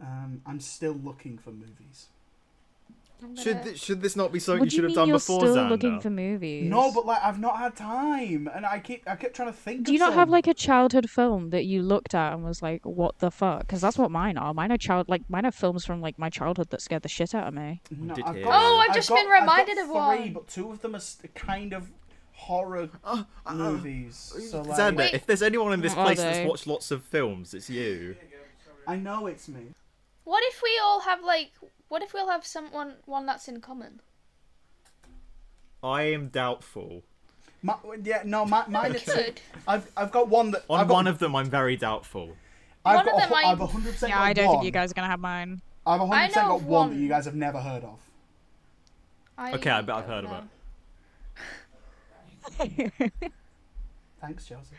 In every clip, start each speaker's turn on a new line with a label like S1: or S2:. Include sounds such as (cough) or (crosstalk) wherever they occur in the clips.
S1: I'm Um, I'm still looking for movies.
S2: I'm
S3: Should
S2: gonna-
S3: thi- should this not be something
S2: uh, What
S3: you
S2: do you
S3: should
S2: mean
S3: have done
S2: you're
S3: before
S2: still
S3: Xander?
S2: looking for movies?
S1: No, but like I've not had time, and I keep I kept trying to think.
S2: do you
S1: of
S2: not have
S1: some.
S2: like a childhood film that you looked at and was like, "What the fuck?" Because that's what mine are. Mine are child like mine are films from like my childhood that scared the shit out of me.
S1: No,
S3: Did
S1: I've
S3: hear
S1: got-
S3: that.
S4: Oh, I've
S1: I've
S4: just
S1: got-
S4: been
S1: I've got
S4: reminded of
S1: Three,
S4: one.
S1: but two of them are st- kind of horror
S3: Oh, uh,
S1: movies. So like,
S3: Xander,
S4: Wait.
S3: if there's anyone in this
S2: What are
S3: place that's
S2: they?
S3: watched lots of films, it's (laughs) you.
S1: I know it's me.
S4: What if we all have like? What if we all have someone one that's in common?
S3: I am doubtful.
S1: My, yeah, no, my, mine. are two.
S4: Good.
S1: I've I've got one that
S3: On
S1: I've got,
S3: one of them, I'm very doubtful.
S1: I've
S4: one
S1: got
S4: of
S1: a,
S4: them
S1: hu-
S4: I-
S1: I've 100
S2: Yeah, I don't
S1: one.
S2: think you guys are gonna have mine.
S1: I've 100
S4: I
S1: percent
S4: know
S1: got
S4: of
S1: one that
S4: one.
S1: you guys have never heard of.
S3: Okay, I bet I've heard of it.
S1: Thanks, Joseph.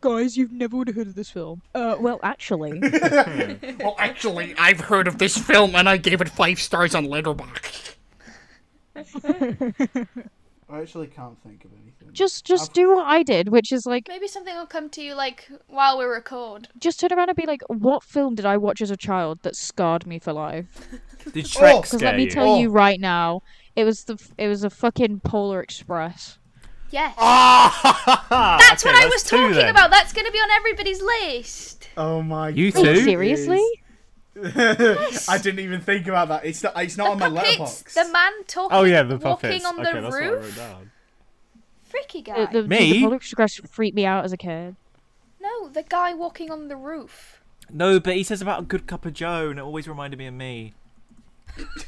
S2: guys, you've never would have heard of this film. Uh, well, actually, (laughs)
S5: Well, actually, I've heard of this film and I gave it five stars on Letterboxd.
S1: I actually can't think of anything.
S2: just just do what I did, which is like
S4: Maybe something will come to you like while we record.
S2: just turn around and be like, "What film did I watch as a child that scarred me for life?"
S3: (laughs) Did Shrek
S1: Oh, 'cause
S2: Because
S3: scare
S2: let me
S3: you?
S2: tell you
S1: Oh.
S2: right now, it was the f- it was a fucking Polar Express.
S4: Yes.
S3: (laughs)
S1: Oh,
S3: Ah,
S4: that's
S3: okay,
S4: what I was
S3: two
S4: talking
S3: then.
S4: about. That's going to be on everybody's list.
S1: Oh my!
S5: You
S2: Wait,
S5: too?
S2: seriously?
S1: I didn't even think about that. It's not. It's not on Oh, my
S4: Puppets.
S1: letterbox.
S4: The man talking.
S3: Oh yeah, the
S4: walking
S3: puppets.
S4: on
S3: okay,
S4: the
S3: that's what I wrote
S4: roof.
S3: down.
S4: Freaky guy.
S2: The, the, dude,
S3: Me?
S2: the Polar Express freaked me out as a kid.
S4: No, the guy walking on the roof.
S3: No, but he says about a good cup of Joe, and it always reminded me of me.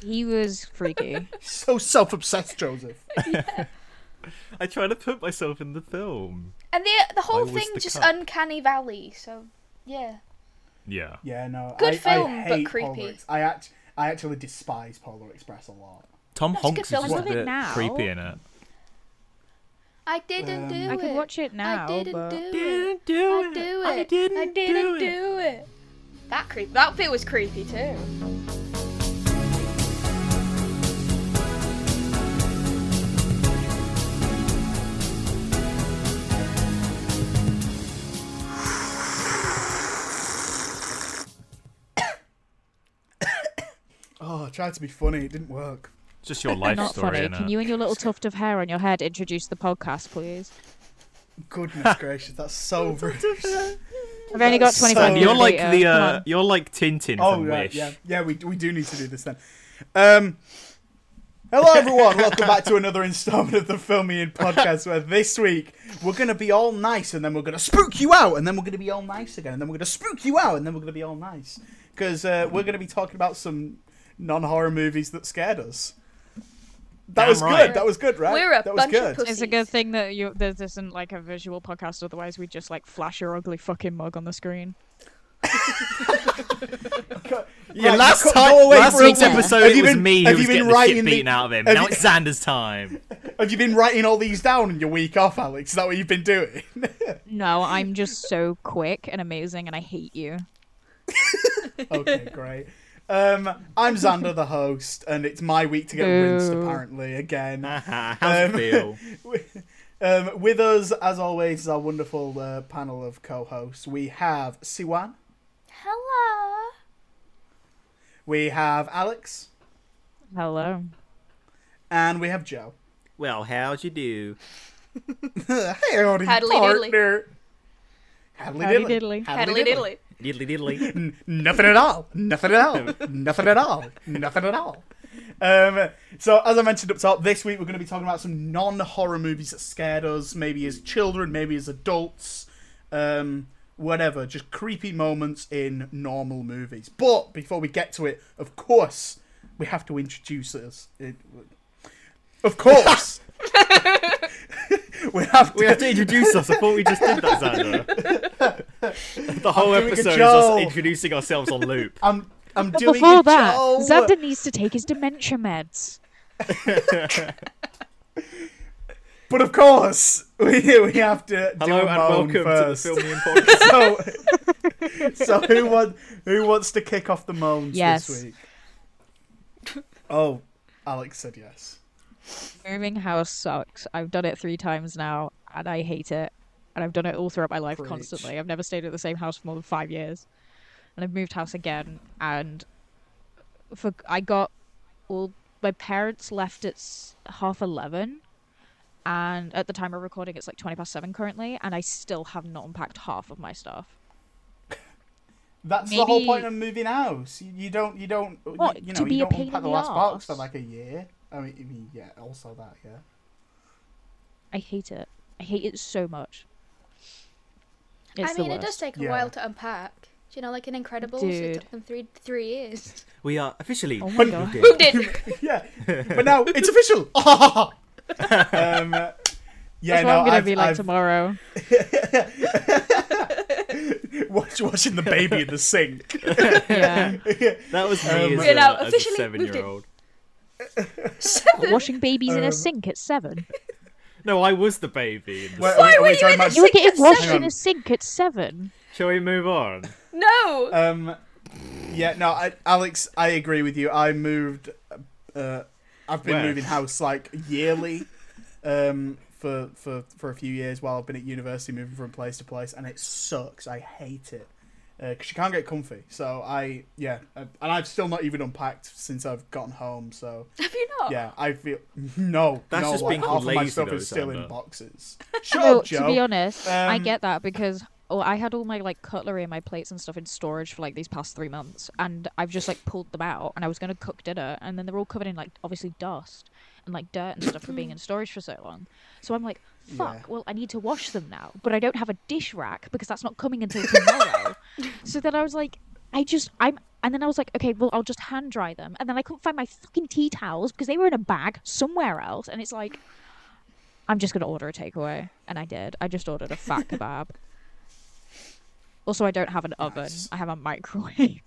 S2: He was freaky.
S1: so self-obsessed, Joseph.
S3: I try to put myself in the film.
S4: And the the whole
S3: was
S4: thing
S3: the
S4: just
S3: cup.
S4: uncanny valley. So yeah.
S3: Yeah.
S1: (laughs) Yeah, no.
S4: Good
S1: I, I
S4: film, but
S1: hate
S4: creepy.
S1: Polar Ex- I act. I actually despise Polar Express a lot.
S3: Tom
S4: That's a good
S3: Hanks is
S4: film.
S3: just
S2: I
S3: a
S2: love it
S3: bit
S2: now.
S3: creepy in
S2: (laughs)
S3: it.
S4: I didn't
S1: Um,
S4: do
S2: I
S4: it.
S2: could watch it now,
S4: I didn't
S2: but
S4: do it.
S3: Didn't do
S4: I do it. I didn't do it. That creep. That bit was creepy too.
S1: Oh, I tried to be funny. It didn't work.
S3: Just your (laughs) life
S2: not
S3: story
S2: funny.
S3: in
S2: Can you and your little tuft of hair on your head introduce the podcast, please?
S1: (laughs) Goodness gracious, that's so rude.
S2: I've only got
S1: That's
S2: twenty
S1: so-
S2: five.
S3: You're like the uh, you're like Tintin
S1: Oh
S3: from
S1: right,
S3: Wish.
S1: yeah, yeah. We we do need to do this then. Um, hello everyone, welcome back to another instalment of the Filmy In podcast. Where this week we're gonna be all nice, and then we're gonna spook you out, and then we're gonna be all nice again, and then we're gonna spook you out, and then we're gonna be all nice because uh, we're gonna be talking about some non-horror movies that scared us. That
S3: Damn
S1: was
S3: right.
S1: good. That was good, right?
S4: We're a
S1: that was
S4: bunch of
S1: good.
S4: pussies.
S2: It's a good thing that you this isn't like a visual podcast. Otherwise, we'd just like flash your ugly fucking mug on the screen.
S3: Yeah,
S1: Right,
S3: last
S1: you cut-
S3: time,
S1: go away
S3: last
S1: for a
S3: week's
S1: while.
S3: episode,
S1: Have
S3: it
S1: you
S3: was
S1: been-
S3: me
S1: have
S3: who
S1: you
S3: was
S1: been
S3: getting the shit
S1: writing the-
S3: beaten out of him.
S1: have
S3: Now
S1: you-
S3: it's Xander's time.
S1: Have you been writing all these down in your week off, Alex? Is that what you've been doing?
S2: No, I'm just so quick and amazing, and I hate you.
S1: okay, great. Um, I'm Xander, the host, and it's my week to get rinsed,
S2: Boo.
S1: apparently, again. (laughs)
S3: How's it
S1: Um,
S3: feel?
S1: Um, with us, as always, is our wonderful uh, panel of co hosts. We have Siwan,
S4: Hello.
S1: we have Alex,
S2: Hello.
S1: and we have Joe.
S3: (laughs) Well, how'd you do?
S1: hey, howdy,
S4: Hadley diddly.
S1: partner. Hadley
S2: Howdy
S1: diddly.
S2: diddly.
S4: Heddly diddly.
S3: Diddly diddly.
S1: N- nothing at all. Nothing at all. Nothing at all. Nothing at all. Um, so, as I mentioned up top, this week we're going to be talking about some non horror movies that scared us, maybe as children, maybe as adults, um, whatever. Just creepy moments in normal movies. But before we get to it, of course, we have to introduce us. It, of
S3: (laughs)
S1: course! (laughs) (laughs) we have to.
S3: We have to introduce us. I thought we just did that, Xander. (laughs) the whole
S1: doing a
S3: episode is us
S1: Joel.
S3: introducing ourselves on loop.
S1: I'm, I'm
S2: But
S1: doing
S2: before
S1: a
S2: that,
S1: job.
S2: Xander needs to take his dementia meds.
S1: But of course, (laughs) we, we have to. do
S3: Hello
S1: a
S3: and welcome
S1: moan first.
S3: to the Filming
S1: (laughs)
S3: Podcast.
S1: so, so who want, who wants to kick off the moans
S2: Yes.
S1: this week? Oh, Alex said yes.
S2: Moving house sucks. I've done it three times now, and I hate it. And I've done it all throughout my life
S1: Preach.
S2: constantly. I've never stayed at the same house for more than five years. And I've moved house again, and for I got well, my parents left at s- half eleven, and at the time of recording, it's like twenty past seven currently, and I still have not unpacked half of my stuff.
S1: That's the whole
S2: Maybe-
S1: point of moving house. You, you don't, you don't, you-
S2: What,
S1: you,
S2: to
S1: know,
S2: be
S1: you
S2: a
S1: don't
S2: pain
S1: unpack
S2: in
S1: the
S2: the
S1: last box for
S2: arse?
S1: like a year. I mean, I mean, yeah, also that,
S3: (laughs)
S1: yeah. (laughs)
S2: I hate it. I hate it so much. It's
S4: I
S2: the
S4: mean, it
S2: worst.
S4: does take a
S1: Yeah.
S4: while to unpack. Do you know, like in Incredibles, it
S2: Dude.
S4: took them three three (laughs) years.
S3: (laughs) We are officially
S2: Oh my
S1: (laughs)
S3: moved
S2: God.
S3: in.
S4: Moved in.
S1: yeah, but now it's official. (laughs) um, uh, yeah,
S2: That's what
S1: no,
S2: I'm gonna
S1: I've,
S2: be like
S1: I've-
S2: tomorrow.
S1: (laughs) watch, watching the baby in the sink. (laughs)
S2: Yeah,
S3: That was me
S1: Um,
S3: as,
S4: We're
S3: a,
S4: now
S3: as a
S4: officially moved in.
S3: seven-year-old.
S2: washing babies in
S1: Um,
S2: a sink at seven.
S3: No, I was the baby. in the-
S1: Wait,
S4: Why
S1: are
S4: were you
S1: talking
S4: in a
S1: about-
S2: You were
S4: Sink at
S2: getting washed
S1: seven.
S2: in a sink at seven.
S3: Shall we move on?
S4: (laughs) no.
S1: Um, yeah, no, I, Alex, I agree with you. I moved. Uh, I've been
S3: Where?
S1: moving house like yearly, um, for for for a few years while I've been at university, moving from place to place, and it sucks. I hate it because you can't get comfy. So I, yeah, I, and I've still not even unpacked since I've gotten home. So
S4: Have you
S2: Oh.
S4: not?
S1: yeah, I feel (laughs) no,
S3: That's
S1: no,
S3: just
S1: like,
S3: being
S1: half of my
S3: lazy,
S1: stuff
S3: though,
S1: is still in
S3: Xander.
S2: (laughs)
S1: boxes. Shut
S2: No,
S1: up, Joe.
S2: to be honest, I
S1: Um,
S2: get that because oh, I had all my like cutlery and my plates and stuff in storage for like these past three months, and I've just like pulled them out, and I was gonna cook dinner, and then they're all covered in like obviously dust and like dirt and stuff from being in storage for so long. So I'm like, fuck.
S1: Yeah.
S2: Well, I need to wash them now, but I don't have a dish rack because that's not coming until
S1: (laughs)
S2: tomorrow. so then I was like, I just I'm. And then I was like, okay, well, I'll just hand dry them. And then I couldn't find my fucking tea towels because they were in a bag somewhere else. And it's like, I'm just gonna order a takeaway, and I did. I just ordered
S1: (laughs)
S2: a fat kebab. Also, I don't have an oven.
S1: Nice.
S2: I have
S1: (laughs)
S2: a microwave.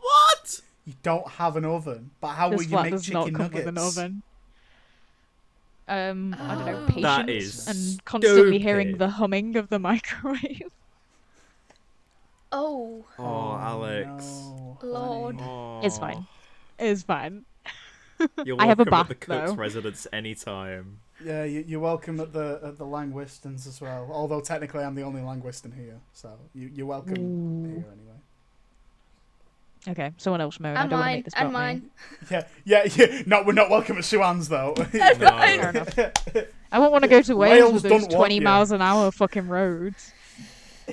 S3: What?
S1: You don't have an oven, but how will
S2: this
S1: Oh, you
S2: flat
S1: make
S2: does
S1: chicken
S2: not come
S1: nuggets? Ah.
S2: with an oven. Um, I don't know. Patience
S3: That is
S2: and constantly hearing
S3: stupid.
S2: the humming of the (laughs) microwave.
S4: Oh,
S3: Oh, Alex. Oh.
S1: no,
S4: Lord.
S1: honey.
S2: It's fine. It's fine.
S3: You're
S2: I have a
S3: welcome at the
S2: bath, though.
S3: cook's residence (laughs) anytime.
S1: Yeah, you, you're welcome at the at the Langwistons as well. Although technically, I'm the only Langwiston here, so you, you're welcome here anyway.
S2: Okay, someone else moan. I
S4: and
S2: don't want to
S4: mine,
S2: make this
S4: and
S2: about
S1: Yeah,
S4: mine.
S2: me.
S1: yeah, yeah. No, we're not welcome at Suan's though. (laughs)
S2: Fair
S3: No.
S2: enough. I won't want to go to Wales,
S1: Wales
S2: with
S1: don't
S2: those
S1: want
S2: 20
S1: you.
S2: miles an hour fucking roads.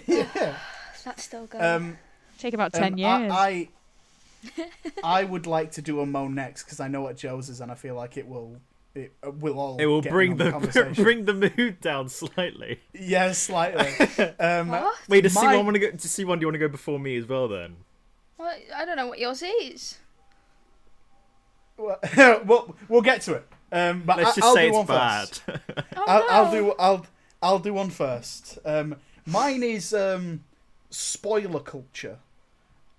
S4: That's still good.
S1: um,
S2: Take about
S1: um,
S2: 10 years.
S1: I, I, I would like to do a moan next because I know what Joe's is, and I feel like it will. It uh, will all.
S3: It will
S1: get in
S3: bring
S1: on the,
S3: the (laughs)
S1: conversation.
S3: bring the mood down slightly.
S1: yeah, slightly. (laughs) Um,
S4: what?
S3: Wait, does
S1: My-
S3: C1 want to go? Does C1 do you want to go before me as well then?
S4: what? I don't know what yours is.
S1: well, (laughs) we'll we'll get to it. Um, but
S3: Let's
S1: I,
S3: just
S1: will
S3: say
S1: do
S3: it's
S1: one
S3: bad.
S1: first.
S4: Oh,
S1: I'll, I'll
S4: no.
S1: do I'll I'll do one first. Um, mine is um, spoiler culture,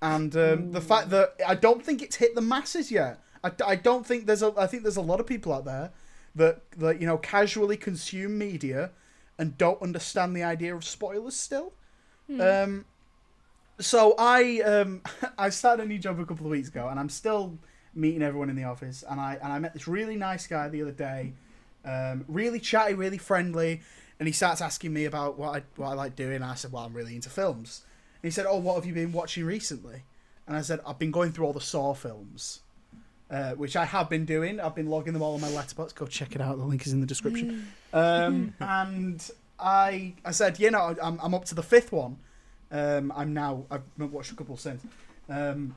S1: and um, the fact that I don't think it's hit the masses yet. I, I don't think there's a I think there's a lot of people out there that that you know casually consume media and don't understand the idea of spoilers still.
S4: Hmm.
S1: Um, so I um, (laughs) I started a new job a couple of weeks ago, and I'm still meeting everyone in the office. And I and I met this really nice guy the other day, um, really chatty, really friendly. And he starts asking me about what I what I like doing. And I said, well, I'm really into films. And he said, oh, what have you been watching recently? And I said, I've been going through all the Saw films. Uh, which I have been doing. I've been logging them all on my letterbox. Go check it out. The link is in the description. Um, and I, I said, you know, I'm, I'm up to the fifth one. Um, I'm now. I've watched a couple since. Um,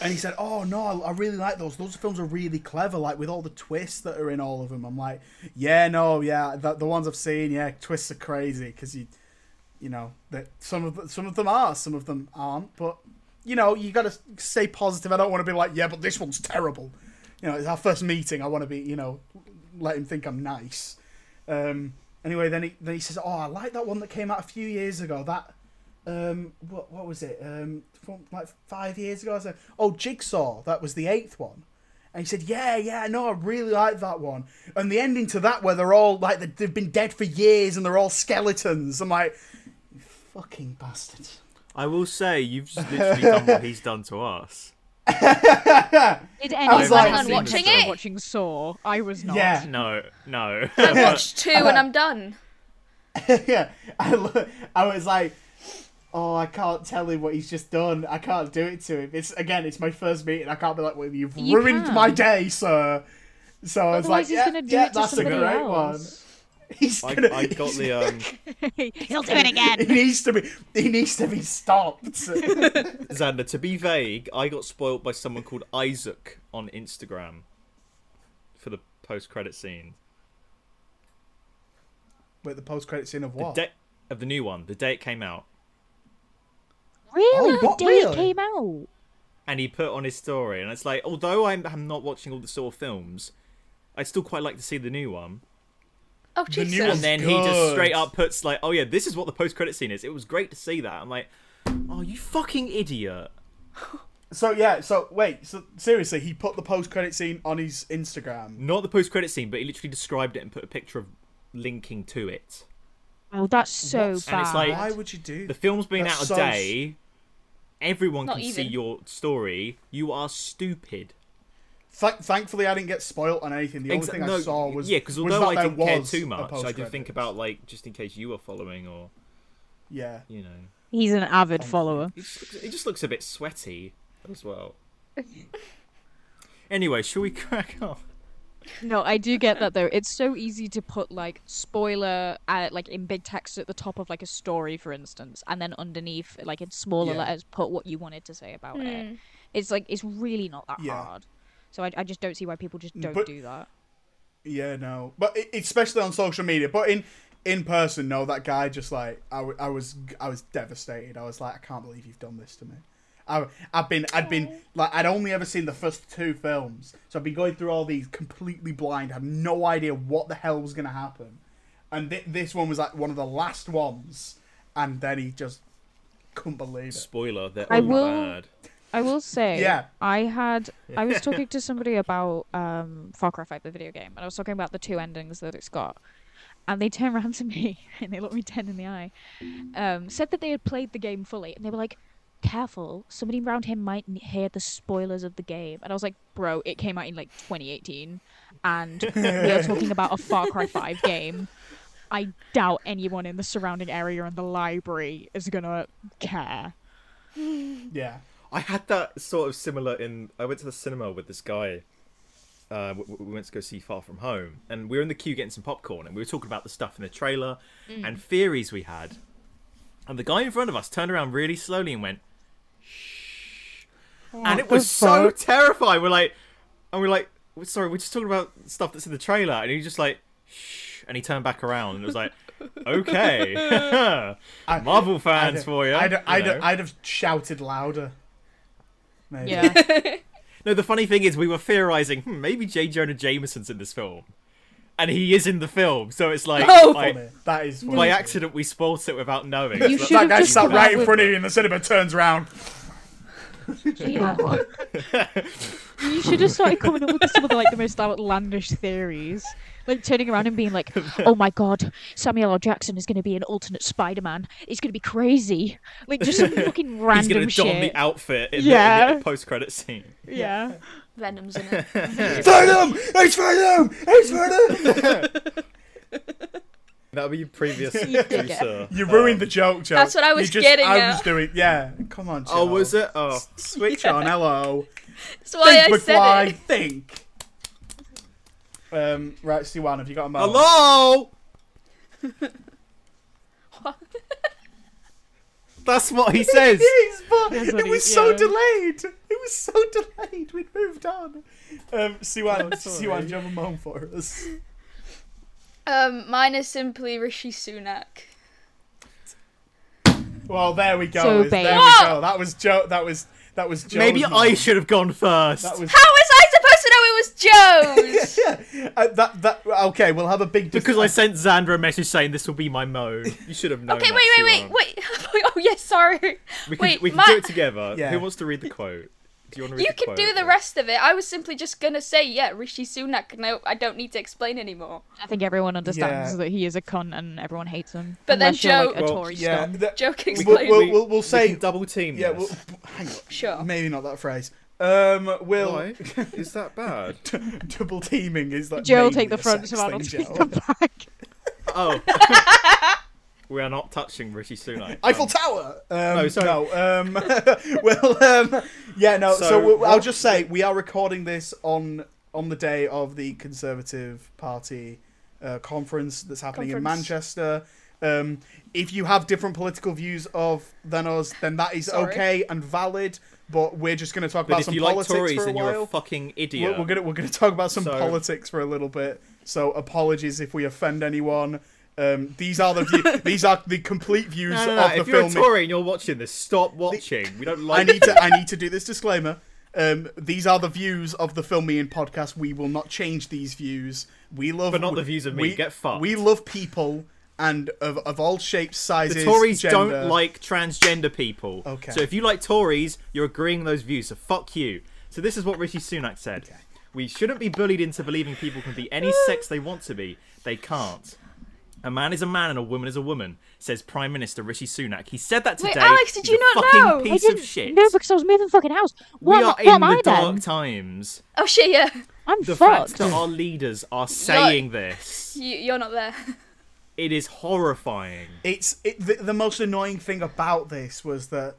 S1: and he said, "Oh no, I, I really like those. Those films are really clever. Like with all the twists that are in all of them." I'm like, "Yeah, no, yeah, the, the ones I've seen, yeah, twists are crazy because you, you know, that some of the- some of them are, some of them aren't. But you know, you got to stay positive. I don't want to be like, yeah, but this one's terrible. You know, it's our first meeting. I want to be, you know, let him think I'm nice. Um, anyway, then he then he says, "Oh, I like that one that came out a few years ago. That." um, what what was it? Um, from, like five years ago. I said, oh, Jigsaw. That was the eighth one. And he said, yeah, yeah, no, I really like that one. And the ending to that, where they're all like they- they've been dead for years and they're all skeletons. I'm like, "You fucking bastards.
S3: (laughs) I will say you've just literally done what he's done to (laughs) us.
S2: Did anyone
S1: like-
S2: on
S3: Seen
S2: watching
S3: this
S2: it?
S4: film.
S2: Watching Saw, I was not.
S1: Yeah.
S3: No, no. (laughs)
S1: (laughs)
S4: I've watched two and I'm done.
S1: yeah, I, lo- I was like, oh, I can't tell him what he's just done. I can't do it to him. It's again, it's my first meeting. I can't be like, well, you've
S2: You
S1: ruined
S2: can.
S1: my day, sir. So I was
S2: Otherwise,
S1: like,
S2: he's
S1: yeah,
S2: gonna do
S1: yeah,
S2: it to
S1: that's a
S2: somebody
S1: great one.
S2: else.
S1: He's
S3: I,
S1: gonna.
S3: I got the um,
S2: He'll do it
S1: (laughs) He
S2: again.
S1: needs to be. He needs to be stopped.
S3: Xander. To be vague, I got spoiled by someone called Isaac on Instagram for the post-credit scene.
S1: (laughs) Wait, the post credit scene of
S3: The
S1: what?
S3: day of the new one, the day it came out,
S2: Really?
S1: Oh, what,
S2: the day
S1: really?
S2: it came out.
S3: and he put on his story, and it's like, although I'm, I'm not watching all the Saw films, I still quite like to see the new one.
S4: Oh
S1: new
S4: Jesus!
S1: one-
S3: and then he just
S1: good.
S3: straight up puts like, "Oh yeah, this is what the post-credit scene is." It was great to see that. I'm like, "Oh, you fucking idiot!"
S1: so yeah. So wait. So seriously, he put the post credit scene on his Instagram.
S3: Not the post-credit scene, but he literally described it and put a picture of linking to it.
S2: Oh, that's so
S1: What's-
S2: bad.
S3: And it's like-
S1: Why would you do?
S3: The film's been
S1: That's
S3: out
S1: so
S3: a day. Everyone
S4: Not
S3: can see
S4: even.
S3: your story. You are stupid.
S1: Th- thankfully, I didn't get spoiled on anything. The only
S3: Exa-
S1: thing
S3: no,
S1: I saw was
S3: yeah, because
S1: was
S3: although
S1: that
S3: I
S1: there
S3: didn't care
S1: was
S3: too
S1: a
S3: much, I did
S1: post-credit.
S3: think about like just in case you were following or
S1: Yeah.
S3: you know.
S2: He's an avid follower.
S3: It just looks, it just looks a bit sweaty as
S2: (laughs)
S3: well. anyway, shall we crack on?
S2: No, I do get that though. It's so easy to put like spoiler uh, like in big text at the top of like a story, for instance, and then underneath, like in smaller
S1: Yeah.
S2: letters, put what you wanted to say about it. It's like it's really not that
S1: Yeah. Mm,
S2: hard. So I, I just don't see why people just don't
S1: But-
S2: do that.
S1: Yeah, no, but it, especially on social media, but in in person, no, that guy just like I, w- I was I was devastated. I was like, I can't believe you've done this to me. I, I've been I've been like I'd only ever seen the first two films, so I've been going through all these completely blind, had no idea what the hell was gonna happen, and thi- this one was like one of the last ones, and then he just couldn't believe it.
S3: Spoiler: They're all
S2: I will-
S3: bad.
S2: I will say,
S1: Yeah.
S2: I had I was talking to somebody about um, Far Cry 5, the video game, and I was talking about the two endings that it's got, and they turned around to me (laughs) and they looked me dead in the eye, um, said that they had played the game fully, and they were like, "Careful, somebody around here might n- hear the spoilers of the game," and I was like, "Bro, it came out in like 2018, and we are talking about a Far Cry 5 game." I doubt anyone in the surrounding area and the library is gonna care.
S1: Yeah,
S3: I had that sort of similar in. I went to the cinema with this guy. Uh, w- w- we went to go see Far From Home, and we were in the queue getting some popcorn, and we were talking about the stuff in the trailer and theories we had. And the guy in front of us turned around really slowly and went, "Shh," and it was so terrifying. We're like, and we're like, "We're sorry, we're just talking about stuff that's in the trailer, and he was just like, "Shh," and he turned back around and it was like, "Okay, (laughs)
S1: I-
S3: Marvel
S1: I'd-
S3: fans for ya, you."
S1: I'd, I'd,
S3: know.
S1: I'd have shouted louder. Maybe.
S2: Yeah.
S3: No, the funny thing is, we were theorizing hmm, maybe J. Jonah Jameson's in this film, and he is in the film. So it's like
S4: Oh!
S3: by,
S1: Funny. that is funny.
S3: by accident we spoilt it without knowing.
S2: You
S3: It's
S2: should-
S3: like,
S1: that guy
S2: have just
S1: sat
S2: come
S1: right
S2: out
S1: in
S2: with-
S1: front of you in the cinema, turns around.
S2: Yeah. you should have started coming up with some of the, like the most outlandish theories, like turning around and being like, "Oh my god, Samuel L. Jackson is going to be an alternate Spider-Man. It's going to be crazy." Like just some
S3: (laughs)
S2: fucking
S3: he's
S2: random
S3: gonna don
S2: shit.
S3: the outfit in the,
S2: Yeah.
S3: post-credit scene.
S2: yeah.
S4: Venom's in it.
S1: Venom! It's Venom! It's Venom!
S3: (laughs) That'll be your previous
S2: You did it.
S3: producer.
S1: You ruined the joke, Joe.
S4: That's what I
S1: You
S4: was
S1: just-
S4: getting
S1: I
S4: at.
S1: was doing, yeah. Come on, Joe.
S3: Oh, was it? Oh,
S1: Switch on, hello.
S4: That's why Oh, I
S1: think,
S4: said
S1: McFly,
S4: it.
S1: think. Um, right, Siwan, have you got a moment?
S3: hello.
S4: (laughs)
S3: That's what he says.
S1: Yes, but
S2: what
S1: it
S2: he-
S1: was so
S2: yeah.
S1: delayed. It was so delayed. We'd moved on. Um, Siwan,
S3: Oh, sorry.
S1: Siwan, do you have a moment for us?
S4: Um, mine is simply Rishi Sunak.
S1: Well, there we go.
S2: So
S1: is- there
S2: bad.
S1: we go. That was Joe. That was that was Joe.
S3: Maybe I should have gone first.
S1: That was (laughs)
S4: How was I supposed to know it was
S3: (laughs)
S4: Joe's?
S1: uh, that that okay. We'll have a big dis-
S3: Because I sent Xandra a message saying this will be my mode. You should have known.
S4: okay,
S3: that,
S4: wait, wait,
S3: Siwan.
S4: wait, wait. (laughs) Oh yes, sorry.
S3: We can,
S4: wait,
S3: we can
S4: my-
S3: do it together.
S1: Yeah.
S3: Who wants to read the quote? Do you want to read
S4: You
S3: the
S4: can
S3: quote?
S4: do the rest of it. I was simply just gonna say, yeah, Rishi Sunak. No, I don't need to explain anymore.
S2: I think everyone understands
S1: Yeah.
S2: that he is a cunt and everyone hates him.
S4: But then
S2: Unless you're,
S4: Joe-
S2: like, a
S3: Well,
S2: Tory
S1: yeah.
S2: scum.
S1: that-
S4: Joke
S1: we'll,
S4: explained.
S1: we'll, we'll, we'll
S3: We
S1: say
S3: can double team.
S1: yeah.
S3: this.
S1: We'll, hang on.
S4: Sure.
S1: Maybe not that phrase. Um, we'll
S3: Why? Is that (laughs) bad?
S1: (laughs) double teaming is like
S2: Joe will
S1: maybe
S4: (laughs)
S2: take the
S1: a
S2: front,
S1: sex
S2: so I'll
S1: thing,
S2: take
S1: Joe.
S2: the back.
S3: Oh. We are not touching Rishi Sunak.
S1: Eiffel Tower. Um,
S3: No, sorry.
S1: um, well, um, yeah, no. So,
S3: So
S1: we- I'll
S3: what-
S1: just say we are recording this on on the day of the Conservative Party uh, conference that's happening in
S4: Conference.
S1: Manchester. Um, if you have different political views of than us, then that is
S4: Sorry.
S1: okay and valid. But we're just going to talk
S3: But
S1: about
S3: if
S1: some
S3: you like
S1: politics
S3: Tories,
S1: for a
S3: then
S1: while.
S3: you're a fucking idiot.
S1: We're, we're gonna we're gonna talk about some
S3: So-
S1: politics for a little bit. So apologies if we offend anyone. Um, these are the
S3: (laughs)
S1: view- these are the complete views
S3: No, no, no,
S1: of the
S3: If you're
S1: film.
S3: a Tory and you're watching this, stop watching. We don't
S1: I
S3: like.
S1: need to I need to do this disclaimer. Um, these are the views of the Film Me In podcast. We will not change these views. We love,
S3: But not the views of me.
S1: We,
S3: Get fucked.
S1: We love people and of, of all shapes,
S3: The
S1: sizes.
S3: Tories
S1: gender.
S3: don't like transgender people.
S1: Okay.
S3: So if you like Tories, you're agreeing with those views. So fuck you. So this is what Rishi Sunak said. We shouldn't be bullied into believing people can be any sex they want to be. They can't. A man is a man and a woman is a woman, says Prime Minister Rishi Sunak. He said that
S4: Wait,
S3: today.
S4: Alex, did
S3: He's
S4: you
S3: a
S4: not
S3: fucking
S4: know? I
S2: I
S3: Piece
S2: didn't,
S3: of shit.
S2: No, because I was moving fucking house.
S3: we
S2: What, am-
S3: are
S2: what
S3: in
S2: am
S3: the
S2: I
S3: dark
S2: then?
S3: times.
S4: Oh shit, yeah.
S2: I'm
S3: The fact
S2: fucked.
S3: that our leaders are saying this,
S4: You, you're not there.
S3: it is horrifying.
S1: it's it, the, the most annoying thing about this was that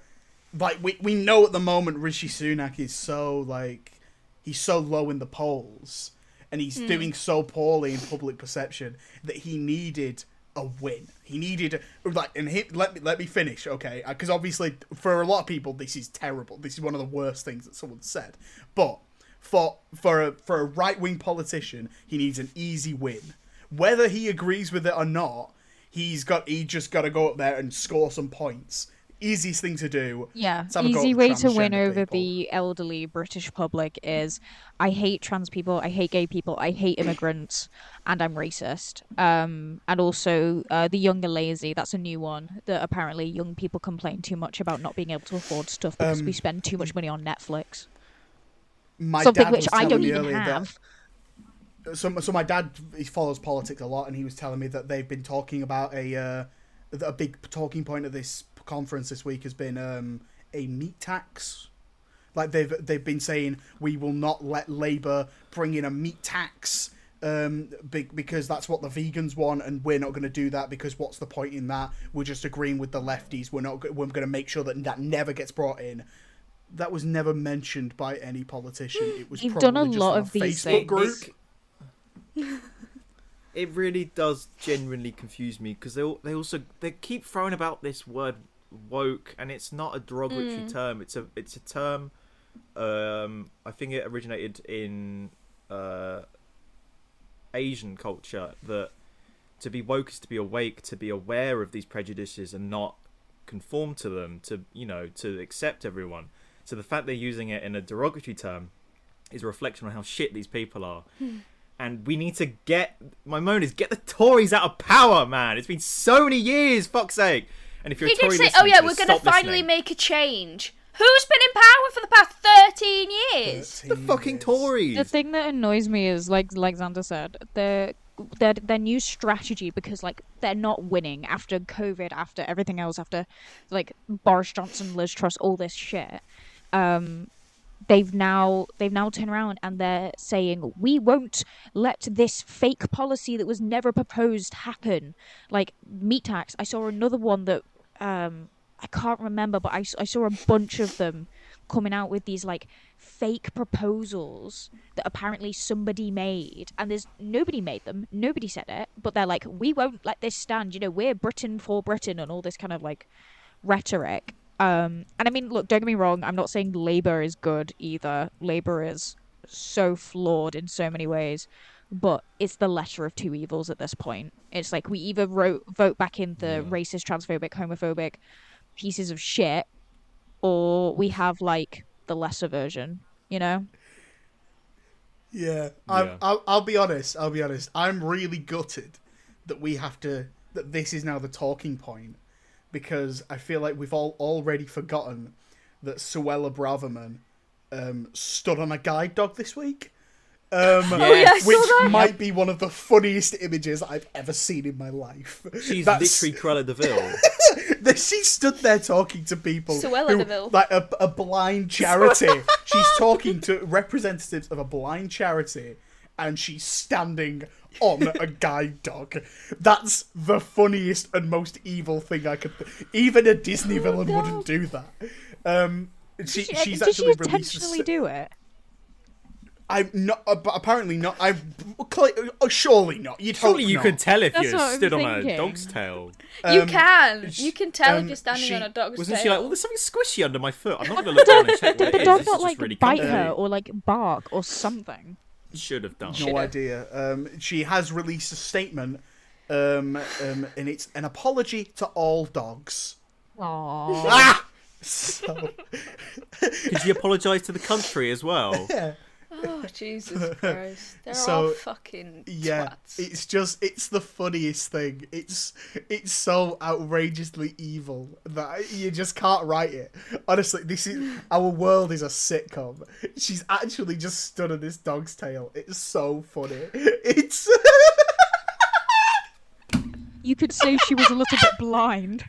S1: like we, we know at the moment Rishi Sunak is so like he's so low in the polls and he's
S2: Hmm.
S1: doing so poorly in public perception that he needed a win. He needed like and he, let me let me finish, okay? Because obviously for a lot of people this is terrible. This is one of the worst things that someone said. But for for a for a right wing politician, he needs an easy win. Whether he agrees with it or not, he's got he just got to go up there and score some points. Easiest thing to do.
S2: Yeah,
S1: Let's have a go
S2: easy
S1: at
S2: way to win
S1: transgender
S2: over
S1: people.
S2: the elderly British public is I hate trans people, I hate gay people, I hate immigrants, and I'm racist. Um, and also uh, the young are lazy. That's a new one that apparently young people complain too much about not being able to afford stuff because we spend too much money on Netflix,
S1: Um, My
S2: something
S1: dad
S2: which
S1: was
S2: I
S1: telling
S2: don't
S1: me
S2: even
S1: earlier
S2: have.
S1: That, so, so my dad he follows politics a lot, and he was telling me that they've been talking about a uh, that a big talking point of this conference this week has been um, a meat tax. Like they've they've been saying, we will not let Labour bring in a meat tax um, be- because that's what the vegans want, and we're not going to do that because what's the point in that? We're just agreeing with the lefties. We're not. go- We're going to make sure that that never gets brought in. That was never mentioned by any politician. It was
S2: You've
S1: probably
S2: done a
S1: just
S2: lot
S1: on
S2: of these
S1: Facebook
S2: things.
S1: group.
S3: (laughs) it really does genuinely confuse me because they al- they also they keep throwing about this word woke and it's not a derogatory term it's a it's a term um i think it originated in uh asian culture that to be woke is to be awake to be aware of these prejudices and not conform to them to you know to accept everyone so the fact they're using it in a derogatory term is a reflection on how shit these people are
S4: Hmm.
S3: and we need to get my moan is get the Tories out of power, man. It's been so many years, fuck's sake. And if you're
S4: He
S3: a Tory
S4: did say,
S3: listening
S4: "Oh yeah,
S3: to
S4: we're
S3: this,
S4: gonna
S3: stop
S4: finally
S3: listening.
S4: make a change." Who's been in power for the past thirteen years?
S3: the fucking Tories.
S2: The thing that annoys me is like like Xander said, their their their new strategy because like they're not winning after COVID, after everything else, after like Boris Johnson, Liz Truss, all this shit. Um they've now they've now turned around and they're saying we won't let this fake policy that was never proposed happen like meat tax i saw another one that um i can't remember but i, s- I saw a bunch of them coming out with these like fake proposals that apparently somebody made and there's nobody made them nobody said it but they're like we won't let this stand you know we're britain for britain and all this kind of like rhetoric. Um, and I mean, look, don't get me wrong. I'm not saying Labour is good either. Labour is so flawed in so many ways, but it's the lesser of two evils at this point. It's like we either wrote, vote back in the racist, transphobic, homophobic pieces of shit, or we have like the lesser version. You know?
S1: Yeah, I'm,
S3: Yeah.
S1: I'll, I'll be honest. I'll be honest. I'm really gutted that we have to. That this is now the talking point because I feel like we've all already forgotten that Suella Braverman um, stood on a guide dog this week. Um,
S4: Oh, yeah, I saw
S1: which
S4: that.
S1: might be one of the funniest images I've ever seen in my life.
S3: She's
S1: That's-
S3: literally Cruella (laughs) Deville.
S1: (laughs) that she stood there talking to people.
S4: Suella
S1: who-
S4: Deville.
S1: Like a, a blind charity. (laughs) She's talking to representatives of a blind charity and she's standing on
S2: (laughs)
S1: a guide dog. That's the funniest and most evil thing I could. Th- Even a Disney villain
S2: Oh, no.
S1: wouldn't do that. Um, she,
S2: Did she-
S1: she's
S2: did she
S1: actually released. a
S2: intentionally
S1: se-
S2: do it?
S1: I'm not. Uh, apparently not. I. Uh, surely not. You'd
S3: Surely
S1: hope
S3: you
S1: not.
S3: could tell if
S2: That's
S3: you
S2: what I'm
S3: stood on a
S2: thinking.
S3: dog's tail.
S4: you
S1: Um,
S4: can. You can tell
S1: um,
S4: if you're standing
S1: she-
S4: on a dog's
S3: Wasn't
S4: tail.
S3: she like, "Oh, there's something squishy under my foot. I'm not going to look down and check
S2: Did
S3: what it
S2: the
S3: is.
S2: dog
S3: This
S2: not
S3: is
S2: like
S3: just really
S2: bite
S3: comfy."
S2: her or like bark or something?
S3: Should have done.
S1: No idea. Um, she has released a statement, um, um, and it's an apology to all dogs.
S2: Aww.
S1: Ah. So
S3: Could she apologise to the country as (laughs) well?
S1: yeah,
S4: oh, Jesus Christ. They're all
S1: So,
S4: fucking
S1: yeah.
S4: twats.
S1: It's just it's the funniest thing. It's it's so outrageously evil that you just can't write it. Honestly, this is our world is a sitcom. She's actually just stood on this dog's tail. It's so funny. (laughs) It's
S2: You could say she was a little bit blind.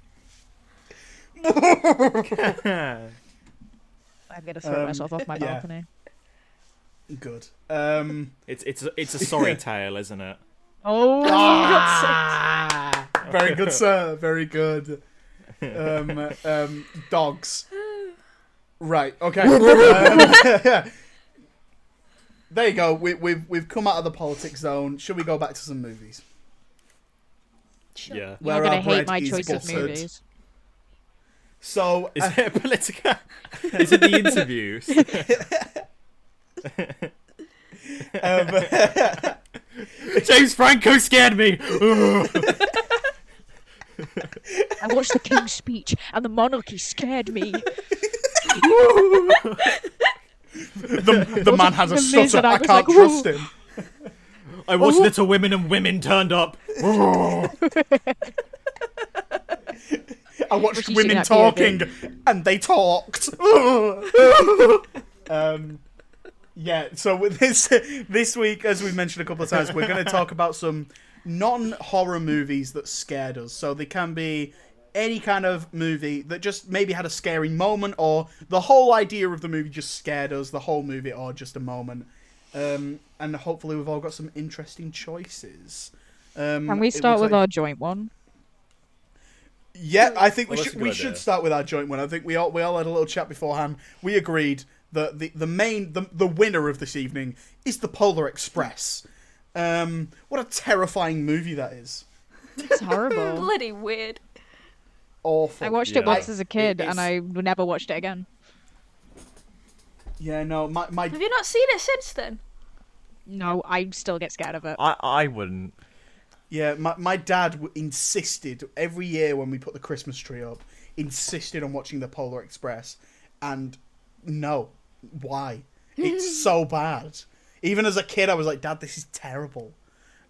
S2: I'm gonna throw
S1: Um,
S2: myself off my
S1: yeah.
S2: balcony.
S1: good. Um.
S3: it's it's it's a (laughs) sorry tale, isn't it?
S2: Oh,
S1: Ah, very (laughs) good, sir. Very good. Um, um, dogs. Right. (laughs) Okay. Um, (laughs) there you go. We, we've we've come out of the politics zone. Should we go back to some movies?
S4: Sure.
S3: Yeah.
S2: you're
S1: our
S2: gonna
S1: bread
S2: hate my
S1: is
S2: choice of
S1: buttered.
S2: movies.
S1: So uh,
S3: Is it a political? is it (laughs) the interviews? Um, (laughs) James Franco scared (laughs) me.
S2: I watched the King's Speech, and the monarchy scared me.
S1: the, the man has a
S2: Amazing.
S1: stutter.
S2: I
S1: I
S2: was
S1: can't
S2: like,
S1: trust
S2: "Ooh."
S1: him.
S3: I watched Little Women and women turned up.
S1: I watched
S2: Reducing
S1: women
S2: that beer
S1: talking, and they
S2: (laughs)
S1: talked. um, yeah. So with this this week, as we've mentioned a couple of times, we're going to talk about some non horror movies that scared us. So they can be any kind of movie that just maybe had a scary moment, or the whole idea of the movie just scared us. The whole movie, or just a moment. Um, and hopefully, we've all got some interesting choices. (laughs) Um,
S2: Can we
S1: it
S2: start
S1: looks
S2: with
S1: like-
S2: our joint one?
S1: yeah, I think we
S3: Well, that's
S1: should
S3: a good
S1: we
S3: idea.
S1: should start with our joint one. I think we all we all had a little chat beforehand. We agreed that the the main the, the winner of this evening is the Polar Express. Um, what a terrifying movie that is. (laughs)
S2: It's horrible.
S4: Bloody weird.
S1: Awful.
S2: I watched it
S3: Yeah.
S2: once as a kid,
S1: It is-
S2: and I never watched it again.
S1: Yeah, no, my my
S4: Have you not seen it since then?
S2: No, I still get scared of it.
S3: I I wouldn't.
S1: yeah my my dad w- insisted every year when we put the Christmas tree up, insisted on watching the Polar Express, and no, why?
S2: (laughs)
S1: It's so bad. Even as a kid, I was like, Dad, this is terrible.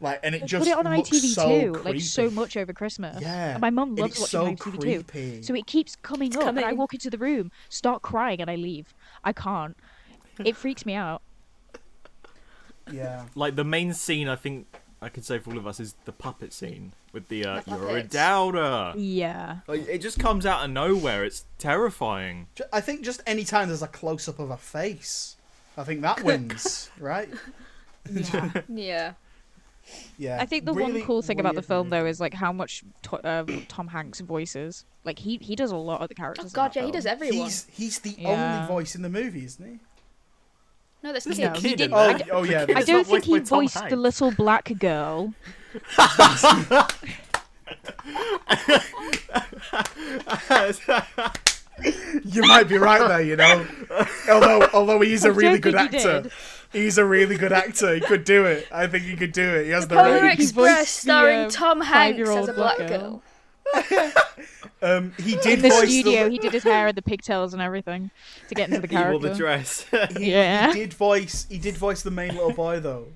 S1: Like, and it
S2: They
S1: just
S2: put it on
S1: looks
S2: ITV
S1: so
S2: too, like so
S1: creepy.
S2: much over Christmas.
S1: Yeah,
S2: And my mum
S1: and
S2: loves
S1: it's
S2: watching
S1: so
S2: ITV
S1: creepy.
S2: too. So it keeps coming up, and I
S4: coming.
S2: walk into the room, start crying, and I leave. I can't. It freaks me out.
S1: Yeah.
S3: Like the main scene, I think I could say for all of us is the puppet scene with the uh,
S4: The
S3: you're a
S4: puppets.
S3: doubter.
S2: Yeah.
S3: Like, it just comes out of nowhere. It's
S1: (laughs)
S3: terrifying.
S1: Ju- I think just any time there's a close up of a face, I think that wins, right?
S4: Yeah.
S1: Yeah.
S2: I think the
S1: Really
S2: one cool thing about the
S1: weird
S2: film
S1: movie.
S2: though is like how much to- uh, Tom Hanks voices. Like he he does a lot of the characters.
S4: Oh
S2: in
S4: god,
S2: that
S4: yeah, he does
S2: film.
S4: everyone.
S1: He's he's the
S2: Yeah.
S1: only voice in the movie, isn't he?
S4: No, that's
S3: There's
S4: kid.
S3: no
S2: he
S3: kid in
S2: didn't-
S1: Oh,
S3: that.
S1: oh yeah.
S2: I
S3: It's
S2: don't
S3: not
S2: think
S3: voiced
S2: he
S3: by Tom
S2: voiced the
S3: Hanks.
S2: little black girl.
S1: You might be right there, you
S2: (laughs)
S1: know. although although he's a
S2: don't
S1: really good
S2: think he
S1: actor.
S2: did.
S1: He's a really good actor. He could do it. I think he could do it. He has the,
S4: Polar
S1: range.
S2: Ex-
S4: Express
S2: voiced the,
S4: starring
S2: uh,
S4: Tom Hanks as
S2: five-year-old
S4: a black girl.
S2: black girl.
S1: Um, he did
S2: In the
S1: voice
S2: studio,
S1: the,
S2: he did his hair and the pigtails and everything to get into the
S3: He wore the
S1: (laughs)
S2: character.
S3: dress.
S2: yeah.
S1: he did voice he did voice the main little boy though.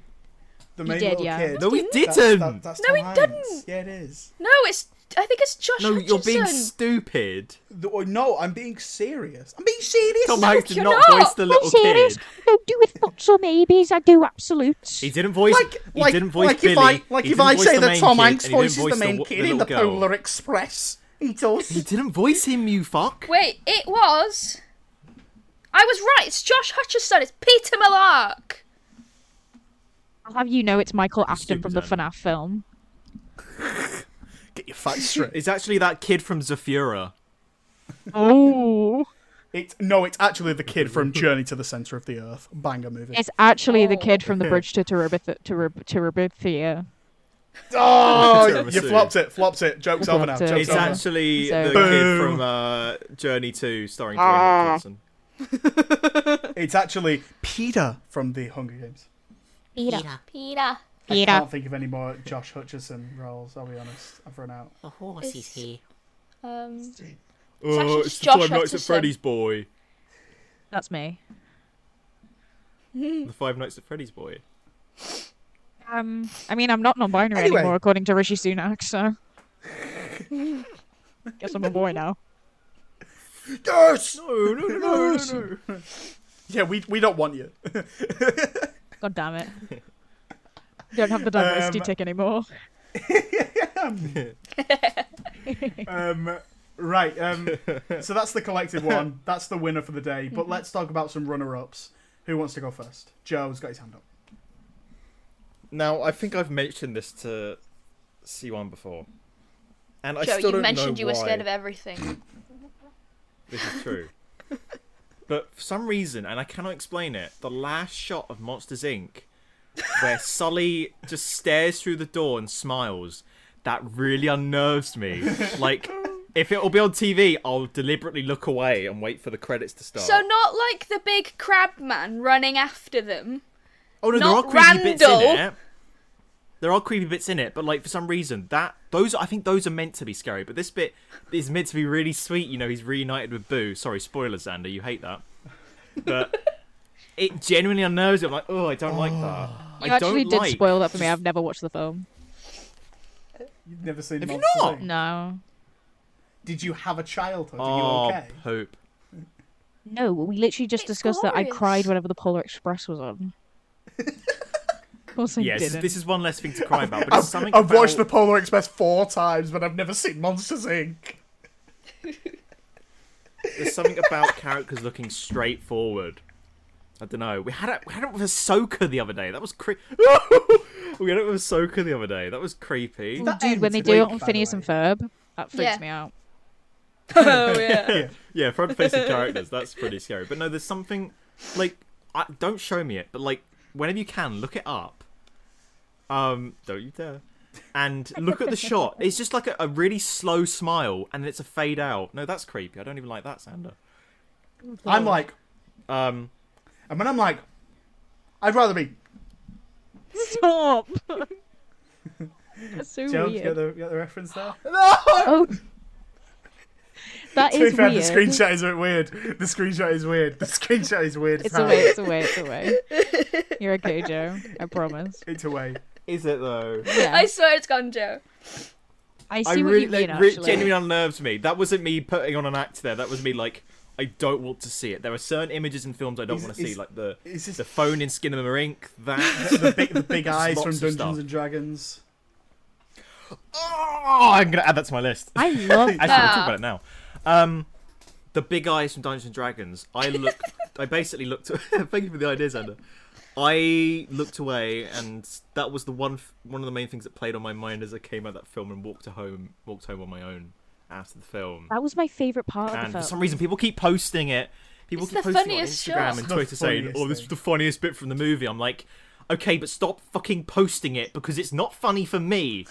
S1: The main
S2: did,
S1: little
S2: yeah.
S1: kid.
S3: no, he
S1: That's-
S3: didn't.
S1: that- that's
S4: No,
S1: Tom
S4: he
S1: Hanks.
S4: didn't.
S1: Yeah, it is.
S4: No, it's. I think it's Josh
S3: (laughs) No,
S4: Hutcherson.
S3: you're being stupid.
S1: The- oh, no, I'm being serious. I'm being serious.
S3: Tom Hanks did
S4: you're
S3: not,
S4: not.
S3: voice the little
S2: serious.
S3: kid.
S2: I don't do with thoughts or maybes. I do absolutes.
S3: He didn't voice.
S1: Like,
S3: he
S1: like,
S3: didn't voice
S1: like
S3: Billy.
S1: if I like
S3: he
S1: if
S3: didn't
S1: I
S3: voice
S1: say
S3: the
S1: that
S3: main
S1: Tom
S3: kid,
S1: Hanks
S3: and he didn't
S1: voices the
S3: voice
S1: main
S3: wo-
S1: kid in
S3: little
S1: the
S3: girl.
S1: Polar Express. He
S3: He
S1: does.
S3: didn't voice him, you fuck.
S4: Wait, it was. I was right. It's Josh Hutcherson. It's Peter Malark.
S2: I'll have you know it's Michael Afton
S3: Super
S2: from the
S3: Dad.
S2: FNAF film.
S1: Get your facts straight.
S3: It's actually that kid from Zafira.
S2: Oh,
S1: It's no, it's actually the kid from Journey to the Center of the Earth, banger movie.
S2: it's actually the
S4: Oh.
S2: kid from the Bridge to Terabithia. Terab- Terabithia.
S1: Oh,
S3: Tiramisu.
S1: you flopped it, flopped it. Joke's over now.
S2: Flopped it.
S1: Joke's
S3: It's
S1: over.
S3: actually
S2: So-
S3: the kid
S1: Boom. Ah.
S3: from uh, Journey 2 starring Dwayne Johnson.
S1: It's actually Peter from the Hunger Games.
S6: Peter,
S4: Peter.
S1: I
S2: Yeah.
S1: can't think of any more Josh Hutcherson roles. I'll be honest, I've run out.
S6: the horse is
S4: It's-
S6: here.
S4: Um, actually
S3: Oh,
S4: just Josh Hutcherson.
S3: boy.
S2: That's me.
S3: The Five Nights at Freddy's boy.
S2: Um, I mean, I'm not non-binary
S1: Anyway.
S2: anymore, according to Rishi Sunak. (laughs) So, guess I'm a boy now. (laughs)
S1: Yes.
S3: No, no, no, no, no, no.
S1: Yeah, we we don't want you. (laughs)
S2: God damn it! Don't (laughs) have the diversity
S1: Um,
S2: tick anymore.
S1: Um, right. Um, so that's the collective one. That's the winner for the day. But let's talk about some runner-ups. Who wants to go first? Joe's got his hand up.
S3: Now, I think I've mentioned this to C1 before. And I
S4: Joe,
S3: still
S4: you
S3: don't
S4: mentioned
S3: know
S4: you
S3: why
S4: were scared of everything.
S3: This
S4: (laughs)
S3: is true. but for some reason, and I cannot explain it, the last shot of Monsters Inc., where Sully just stares through the door and smiles, that really
S4: (laughs)
S3: unnerves me. Like, if it will be on TV, I'll deliberately look away and wait for the credits to start.
S4: So not like the big crab man running after them.
S3: Oh no,
S4: Not
S3: there are creepy bits in
S4: Randall.
S3: it. There are creepy bits in it, but like for some reason that those I think those are meant to be scary, but this bit is meant to be really sweet. You know, he's reunited with Boo. Sorry, spoilers, Xander, you hate that. But it genuinely unnerves you. I'm like, oh, I don't like that.
S1: Ah.
S2: You
S3: I
S2: actually
S3: don't
S2: did
S3: like.
S2: spoil that for me. I've never watched the film.
S1: You've never seen.
S3: Have you
S1: Monsters,
S3: not?
S1: Inc.
S2: No,
S1: Did you have a childhood? Are
S3: Oh,
S1: you okay?
S3: poop.
S2: no. We literally just
S4: It's
S2: discussed that I cried
S4: glorious.
S2: whenever the Polar Express
S4: (laughs)
S2: was on. Of course I
S3: Yes,
S2: didn't.
S3: this is one less thing to
S1: (laughs)
S3: cry about. But it's
S1: I've,
S3: something
S1: I've watched the
S3: about-
S1: Polar Express four times, but I've never seen Monsters Inc.
S3: There's something about characters looking straight forward. I don't know. We had it. We had it with Ahsoka the other day. That was creepy. (laughs) we had it with Ahsoka the other day. That was creepy.
S1: That
S2: Dude,
S1: ends
S2: when they do it
S1: week,
S2: on
S1: by the
S2: Phineas and
S1: way.
S2: Ferb, that freaks
S4: Yeah. (laughs)
S2: me out.
S4: oh yeah.
S3: Yeah, front-facing characters. That's pretty scary. But no, there's something like I, don't show me it, but like whenever you can, look it up. Um, don't you dare. And look at the
S2: (laughs)
S3: shot. It's just like a, a really slow smile, and it's a fade out. No, that's creepy. I don't even like that, Sander.
S1: I'm like,
S3: Um,
S1: and when I'm like, I'd rather be.
S4: (laughs)
S2: Stop. That's so
S1: Joe, you
S2: weird.
S1: get the, get the reference there?
S4: (laughs)
S2: Oh. That
S1: to be
S2: is
S1: fair,
S2: weird.
S1: the screenshot is weird. The screenshot is weird. The screenshot is weird.
S2: It's
S1: as
S2: away,
S1: hell.
S2: it's away, it's away.
S4: (laughs)
S2: You're okay, Joe. I promise.
S1: It's away.
S3: is it though?
S2: Yeah,
S4: I swear it's gone, Joe.
S2: I see
S3: I
S2: what
S3: really,
S2: you mean,
S3: like, re-
S2: actually.
S3: genuinely unnerves me. That wasn't me putting on an act there. That was me like, I don't want to see it. There are certain images in films I don't
S1: Is-
S3: want to
S1: is-
S3: see, like the
S1: It's just
S3: the phone in Skin of the Rink. That.
S1: the big, the
S3: (laughs)
S1: big eyes
S3: lots
S1: from
S3: of stuff.
S1: Dungeons and Dragons.
S3: oh, I'm gonna add that to my list.
S2: I love
S3: Actually,
S2: that.
S3: we'll talk about it now. Um, the big eyes from Dungeons and Dragons. I looked. I basically looked. (laughs) thank you for the ideas, Anna. I looked away, and that was the one. f- One of the main things that played on my mind as I came out of that film and walked home. Walked home on my own after the film.
S2: That was my favourite part of
S3: and
S2: the
S3: for
S2: film.
S3: some reason people keep posting it. People
S4: It's
S3: keep
S4: the
S3: posting it on
S4: funniest
S3: Instagram
S4: shot.
S3: and
S1: The
S3: Twitter saying,
S1: funniest
S3: "Oh, this
S1: thing.
S3: is the funniest bit from the movie." I'm like, "Okay, but stop fucking posting it because it's not funny for me.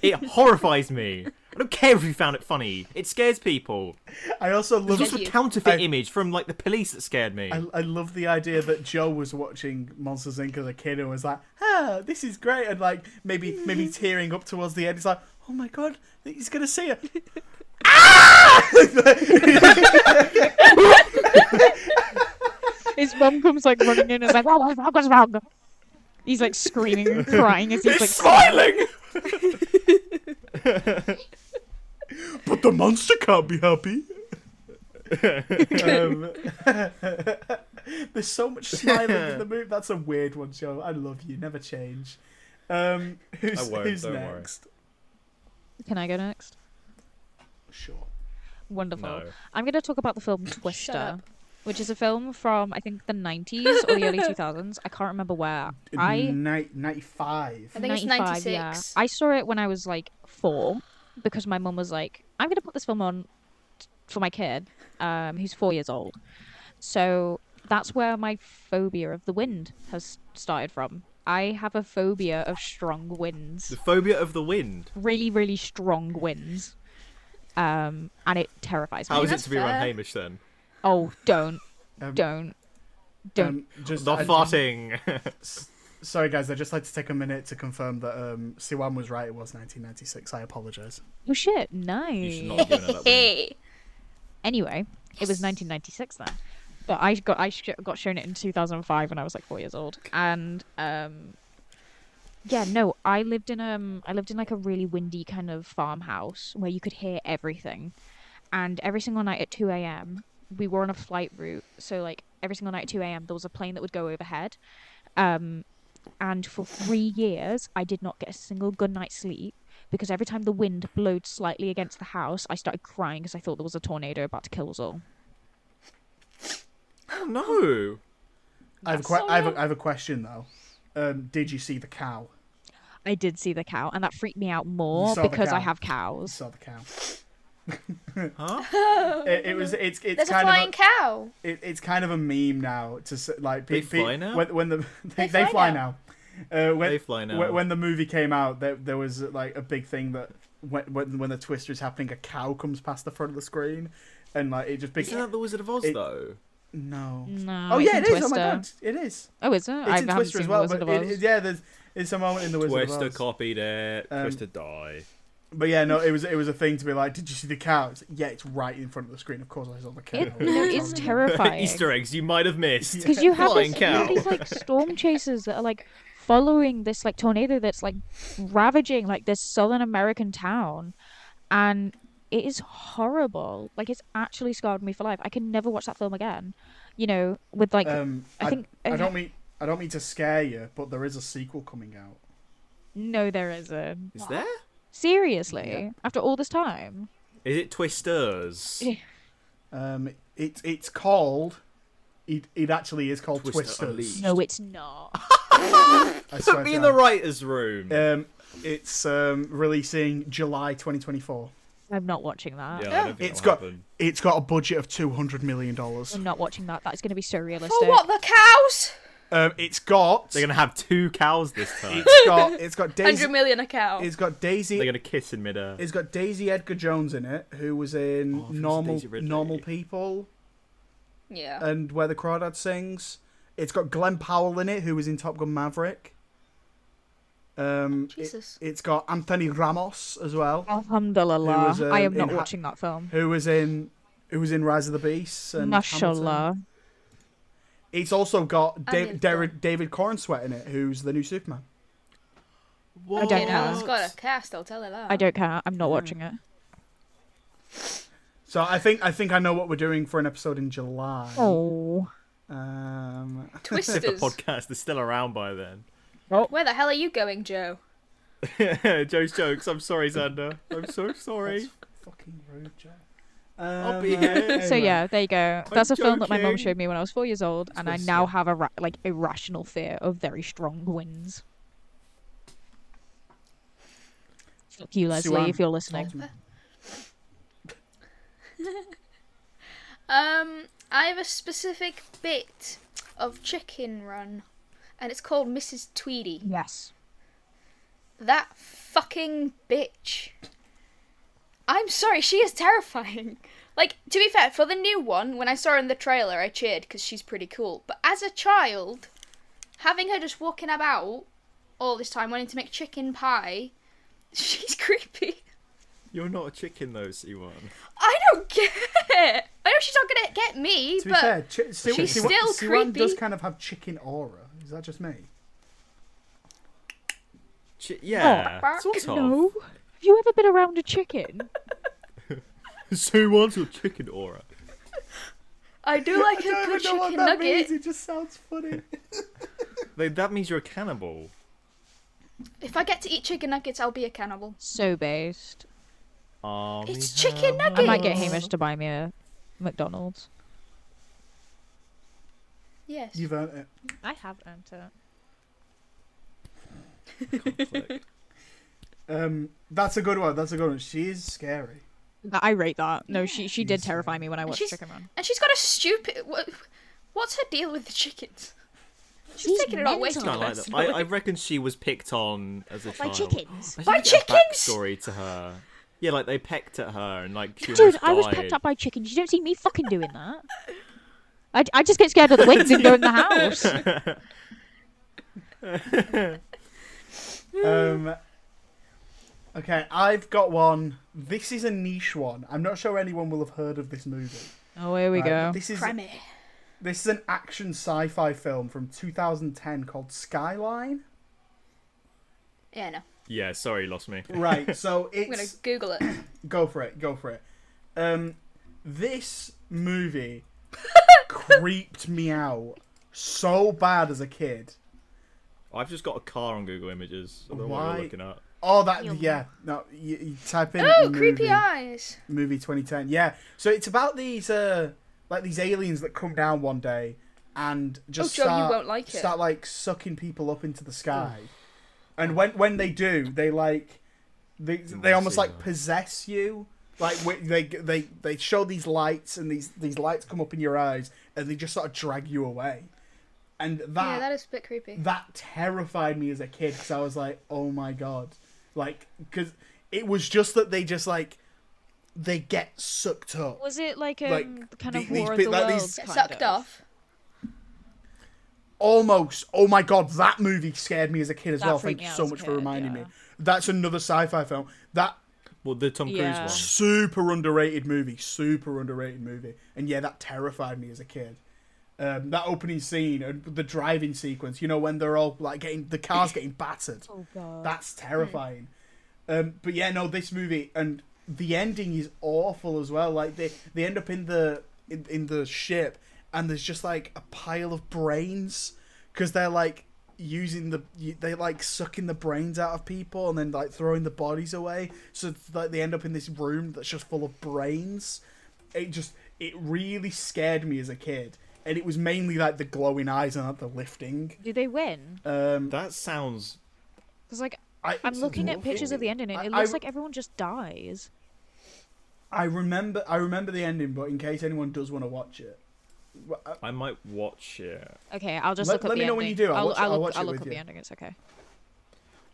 S3: It horrifies me. I don't care if you found it funny. It scares people.
S1: I also
S3: It
S1: love.
S3: was
S4: Thank
S3: a
S4: you.
S3: counterfeit
S1: I-
S3: image from like the police that scared me.
S1: I, I love the idea that Joe was watching Monsters Inc. as a kid and was like, "Ah, this is great," and like maybe maybe
S2: Mm.
S1: tearing up towards the end. He's like, "Oh my god, he's gonna see it."
S2: His mum comes like running in and is like, "Wow, wow, wow, what's wrong?" He's like screaming and crying as he's like,
S3: smiling.
S1: oh. (laughs) But the monster can't be happy. um, (laughs) there's so much smiling in the movie. That's a weird one, Joe. I love you. Never change. Um, who's
S3: I won't,
S1: who's
S3: don't worry.
S1: next?
S2: "Can I go next?"
S1: Sure.
S2: Wonderful.
S3: No.
S2: I'm going to talk about the film Twister.
S4: up.
S2: which is a film from I think the 90s or the (laughs) early 2000s. I can't remember where. I
S1: Ni- 95.
S4: I think it's
S2: 95, yeah.
S4: 96.
S2: I saw it when I was like 4 because my mum was like, "I'm going to put this film on t- for my kid um who's 4 years old." So that's where my phobia of the wind has started from. I have a phobia of strong winds
S3: (laughs) The phobia of the wind.
S2: really, really strong winds. Um, and it terrifies me.
S3: How is it
S4: that's
S3: to be
S4: fair.
S3: around Hamish then?
S2: Oh, don't,
S1: Um,
S2: don't, don't.
S1: Um, just,
S3: Not
S1: I-
S3: farting. (laughs)
S1: Sorry, guys. I just like to take a minute to confirm that um, Siwan was right. It was 1996. I apologize.
S2: oh shit!
S3: you should
S2: Nice.
S3: not have given her
S4: (laughs)
S3: that wind.
S4: Hey.
S2: Anyway, it was 1996 then, but I got I sh- got shown it in 2005 when I was like four years old, and um, yeah, no, I lived in um, I lived in like a really windy kind of farmhouse where you could hear everything, and every single night at 2 a.m. we were on a flight route, so like every single night at 2 a.m. there was a plane that would go overhead, um, and for three years I did not get a single good night's sleep because every time the wind blowed slightly against the house, I started crying because I thought there was a tornado about to kill us all.
S3: Oh, no.
S1: I have, a que- I, have a, I have a question though. Um, did you see the cow?
S2: I did see the cow, and that freaked me out more
S1: saw the
S2: because I
S1: cow.
S2: have
S1: I
S2: cows.
S1: saw the cow. (laughs)
S3: Huh?
S1: It, it was. It's. It's
S4: There's a
S1: kind of.
S4: flying cow.
S1: it, it's kind of a meme now to s- like pe-
S3: They
S1: pe-
S3: fly now?
S1: when, when the (laughs) they,
S4: They
S1: they fly
S4: fly
S1: now. Uh, when,
S3: They fly now.
S1: When, when the movie came out, there, there was like a big thing that when, when when the twister is happening, a cow comes past the front of the screen, and like it just big
S3: Isn't that the Wizard of Oz
S1: It-
S3: though?
S1: no.
S2: No,
S1: oh yeah, it
S2: it's
S1: is.
S2: in
S1: Oh my
S2: Twister.
S1: god, it is.
S2: Oh, is it? I
S1: It's in
S2: haven't
S1: Twister
S2: seen
S1: as
S2: The
S1: well,
S2: Wizard
S1: but
S2: of
S1: it-
S2: Oz.
S1: it- yeah, there's it's a moment in the Wizard
S3: Twister
S1: of Oz.
S3: copied it.
S1: Um,
S3: Twister die.
S1: But yeah, no, it was it was a thing to be like, did you see the cow? It's, yeah, it's right in front of the screen. Of course, I saw the cow. (laughs)
S2: It- no, it's terrifying. (laughs)
S3: Easter eggs you might have missed.
S2: because you have
S3: Flying
S2: this, you have
S3: cow.
S2: these like storm chasers that are like following this like tornado that's like ravaging like this southern american town and it is horrible like it's actually scarred me for life i can never watch that film again you know with like
S1: Um,
S2: I think-
S1: I, don't mean I don't mean to scare you, but there is a sequel coming out.
S2: no there isn't
S3: Is there?
S2: seriously after all this time
S3: Is it Twisters?
S2: Yeah.
S1: Um, it it's called. It, it actually is called
S3: Twister
S1: Twisters.
S3: Unleashed.
S2: no it's not
S1: I swear
S3: Put me
S1: to
S3: in the
S1: God.
S3: writer's room.
S1: Um, it's um releasing July 2024.
S2: i'm not watching that
S3: Yeah, I don't think
S1: It's
S3: that'll
S1: got
S3: happen.
S1: it's got a budget of 200 million dollars.
S2: i'm not watching that that's going to be so realistic
S4: Oh, what the cows?
S1: Um, it's got
S3: They're gonna have two cows this time.
S1: (laughs) it's got it's got Daisy.
S4: Hundred million a cow.
S1: It's got Daisy.
S3: They're gonna kiss in midair.
S1: It's got Daisy Edgar Jones in it, who was in
S3: Oh, I think it's
S1: Normal
S3: Daisy Ridley.
S1: Normal People
S4: yeah.
S1: and Where the Crawdad Sings. It's got Glenn Powell in it, who was in Top Gun Maverick. Um, it-
S4: Jesus.
S1: it's got Anthony Ramos as well,
S2: alhamdulillah
S1: It was,
S2: i
S1: um,
S2: am not
S1: in Ha-
S2: watching that film
S1: who was in who was in Rise of the Beast. And Hamilton.
S2: mashallah
S1: It's also got
S4: And
S1: David
S4: it's
S1: David David Cornsweat in it, who's the new Superman.
S3: What?
S2: don't
S4: you know, it's got a
S3: What?
S4: cast. I'll tell her that.
S2: I don't care. I'm not watching it.
S1: So I think I think I know what we're doing for an episode in July.
S2: Oh.
S1: Um,
S3: If the
S4: Twisters.
S3: (laughs) podcast is still around by then. (laughs)
S4: Where the hell are you going, Joe?
S3: Joe's jokes. I'm sorry, Xander. I'm so sorry.
S1: fucking rude, Jack.
S3: I'll be here.
S2: So yeah, there you go. That's a film that my mum
S3: joking.
S2: showed me when I was four years old, and I
S3: Twister.
S2: now have a ra- like irrational fear of very strong winds. Fuck you, Leslie,
S1: Siwan,
S2: if you're listening.
S1: Ultimate.
S4: Um, I have a specific bit of Chicken Run, and it's called Mrs. Tweedy.
S2: Yes.
S4: That fucking bitch. I'm sorry, she is terrifying. (laughs) Like, to be fair, for the new one, when I saw her in the trailer, I cheered because she's pretty cool. But as a child, having her just walking about all this time, wanting to make chicken pie, (laughs) she's creepy. (laughs)
S3: You're not a chicken though, C1.
S4: I don't care. I know she's not gonna get me,
S1: To be
S4: but
S1: fair, Chi- Si-
S4: she's
S1: Siwan-
S4: still
S1: Siwan does
S4: creepy.
S1: kind of have chicken aura. Is that just me?
S3: Chi- yeah,
S4: bark.
S3: sort
S1: Oh.
S3: of. (laughs)
S2: No. Have you ever been around a chicken?
S3: C1's your chicken aura.
S4: I
S1: (laughs)
S4: do like a good chicken nugget.
S1: It just sounds funny. (laughs)
S3: They- That means you're a cannibal.
S4: If I get to eat chicken nuggets, I'll be a cannibal.
S2: so based.
S3: Army
S4: It's chicken
S3: hammer.
S2: I
S4: nuggets.
S2: might get Hamish to buy me a McDonald's.
S4: Yes.
S1: You've earned it.
S2: I have earned it.
S3: Conflict.
S1: Um, that's a good one. That's a good one. She is scary.
S2: I rate that. No, she she did terrify me when I watched
S4: she's-
S2: Chicken Run.
S4: And she's got a stupid. wha- What's her deal with the chickens? (laughs) She's,
S2: She's
S4: taking it all way too
S2: mental.
S3: I like that. I, I reckon she was picked on as a
S2: By
S3: child.
S2: chickens.
S3: I
S4: By
S3: think there's a
S4: chickens!
S3: Backstory to her. Yeah, like they pecked at her and like she
S2: Dude,
S3: almost
S2: I was
S3: died.
S2: picked up by chickens. You don't see me fucking doing that. I, I just get scared of the wind and go in the house.
S1: Um, okay, I've got one. This is a niche one. I'm not sure anyone will have heard of this movie.
S2: (laughs) Oh, here we
S1: Right, but
S2: go.
S1: This is
S4: Premise.
S1: this is an action sci-fi film from 2010 called Skyline.
S4: Yeah, no.
S3: Yeah, sorry, lost me.
S1: Right. So
S4: (laughs) I'm gonna
S1: it's
S4: Google it.
S1: go for it. Go for it. Um, this movie
S4: (laughs)
S1: creeped me out so bad as a kid.
S3: I've just got a car on Google Images. I don't know what
S1: Why-
S3: you're looking at.
S1: Oh, that
S2: Yum.
S1: yeah. No, you, you type in
S4: Oh,
S1: movie,
S4: creepy eyes.
S1: movie 2010. Yeah. So it's about these uh like these aliens that come down one day and just
S4: Oh, Joe, you
S1: start,
S4: won't like it.
S1: start like sucking people up into the sky. And when when they do, they like they they
S3: I
S1: almost
S3: see
S1: like
S3: that.
S1: possess you. Like wi- they they they show these lights and these these lights come up in your eyes and they just sort of drag you away. And that
S4: Yeah, that is a bit creepy.
S1: Ah. that terrified me as a kid because I was like, oh my god, like because it was just that they just like they get sucked up.
S2: Was it like um,
S1: Like,
S2: kind
S1: the-
S2: of
S1: these
S2: War of
S1: bit-
S2: the
S1: like these-
S2: Worlds?
S4: Get
S2: kind
S4: sucked off.
S1: Almost. Oh my god, that movie scared me as a kid as
S2: That
S1: well.
S2: freaked
S1: Thank
S2: me
S1: you
S2: out
S1: so
S2: as a
S1: much for
S2: kid,
S1: reminding me.
S2: yeah.
S1: That's another sci-fi film. That
S3: Well, the Tom Cruise
S2: Yeah.
S3: one.
S1: super underrated movie. Super underrated movie. And yeah, that terrified me as a kid. Um, that opening scene and the driving sequence. You know when they're all like getting the
S2: (laughs)
S1: cars getting battered.
S2: Oh god.
S1: That's terrifying. Um, but yeah, no, this movie and the ending is awful as well. Like they they end up in the in, in the ship and there's just like a pile of brains because they're like using the they like sucking the brains out of people and then like throwing the bodies away. So it's like they end up in this room that's just full of brains. It just it really scared me as a kid. And it was mainly like the glowing eyes and like the lifting.
S2: Do they win?
S1: Um,
S3: That sounds.
S2: Because like
S1: I,
S2: I'm looking at pictures of the ending, and it
S1: I-
S2: looks
S1: I-
S2: like everyone just dies.
S1: I remember I remember the ending, but in case anyone does want to watch it, well, uh,
S3: I might watch it.
S2: Okay, I'll just
S1: Let-
S2: look up
S1: let
S2: the
S1: me know
S2: ending.
S1: when you do, I'll watch it- I'll
S2: look,
S1: watch it
S2: look
S1: with
S2: up
S1: you.
S2: the ending. It's okay.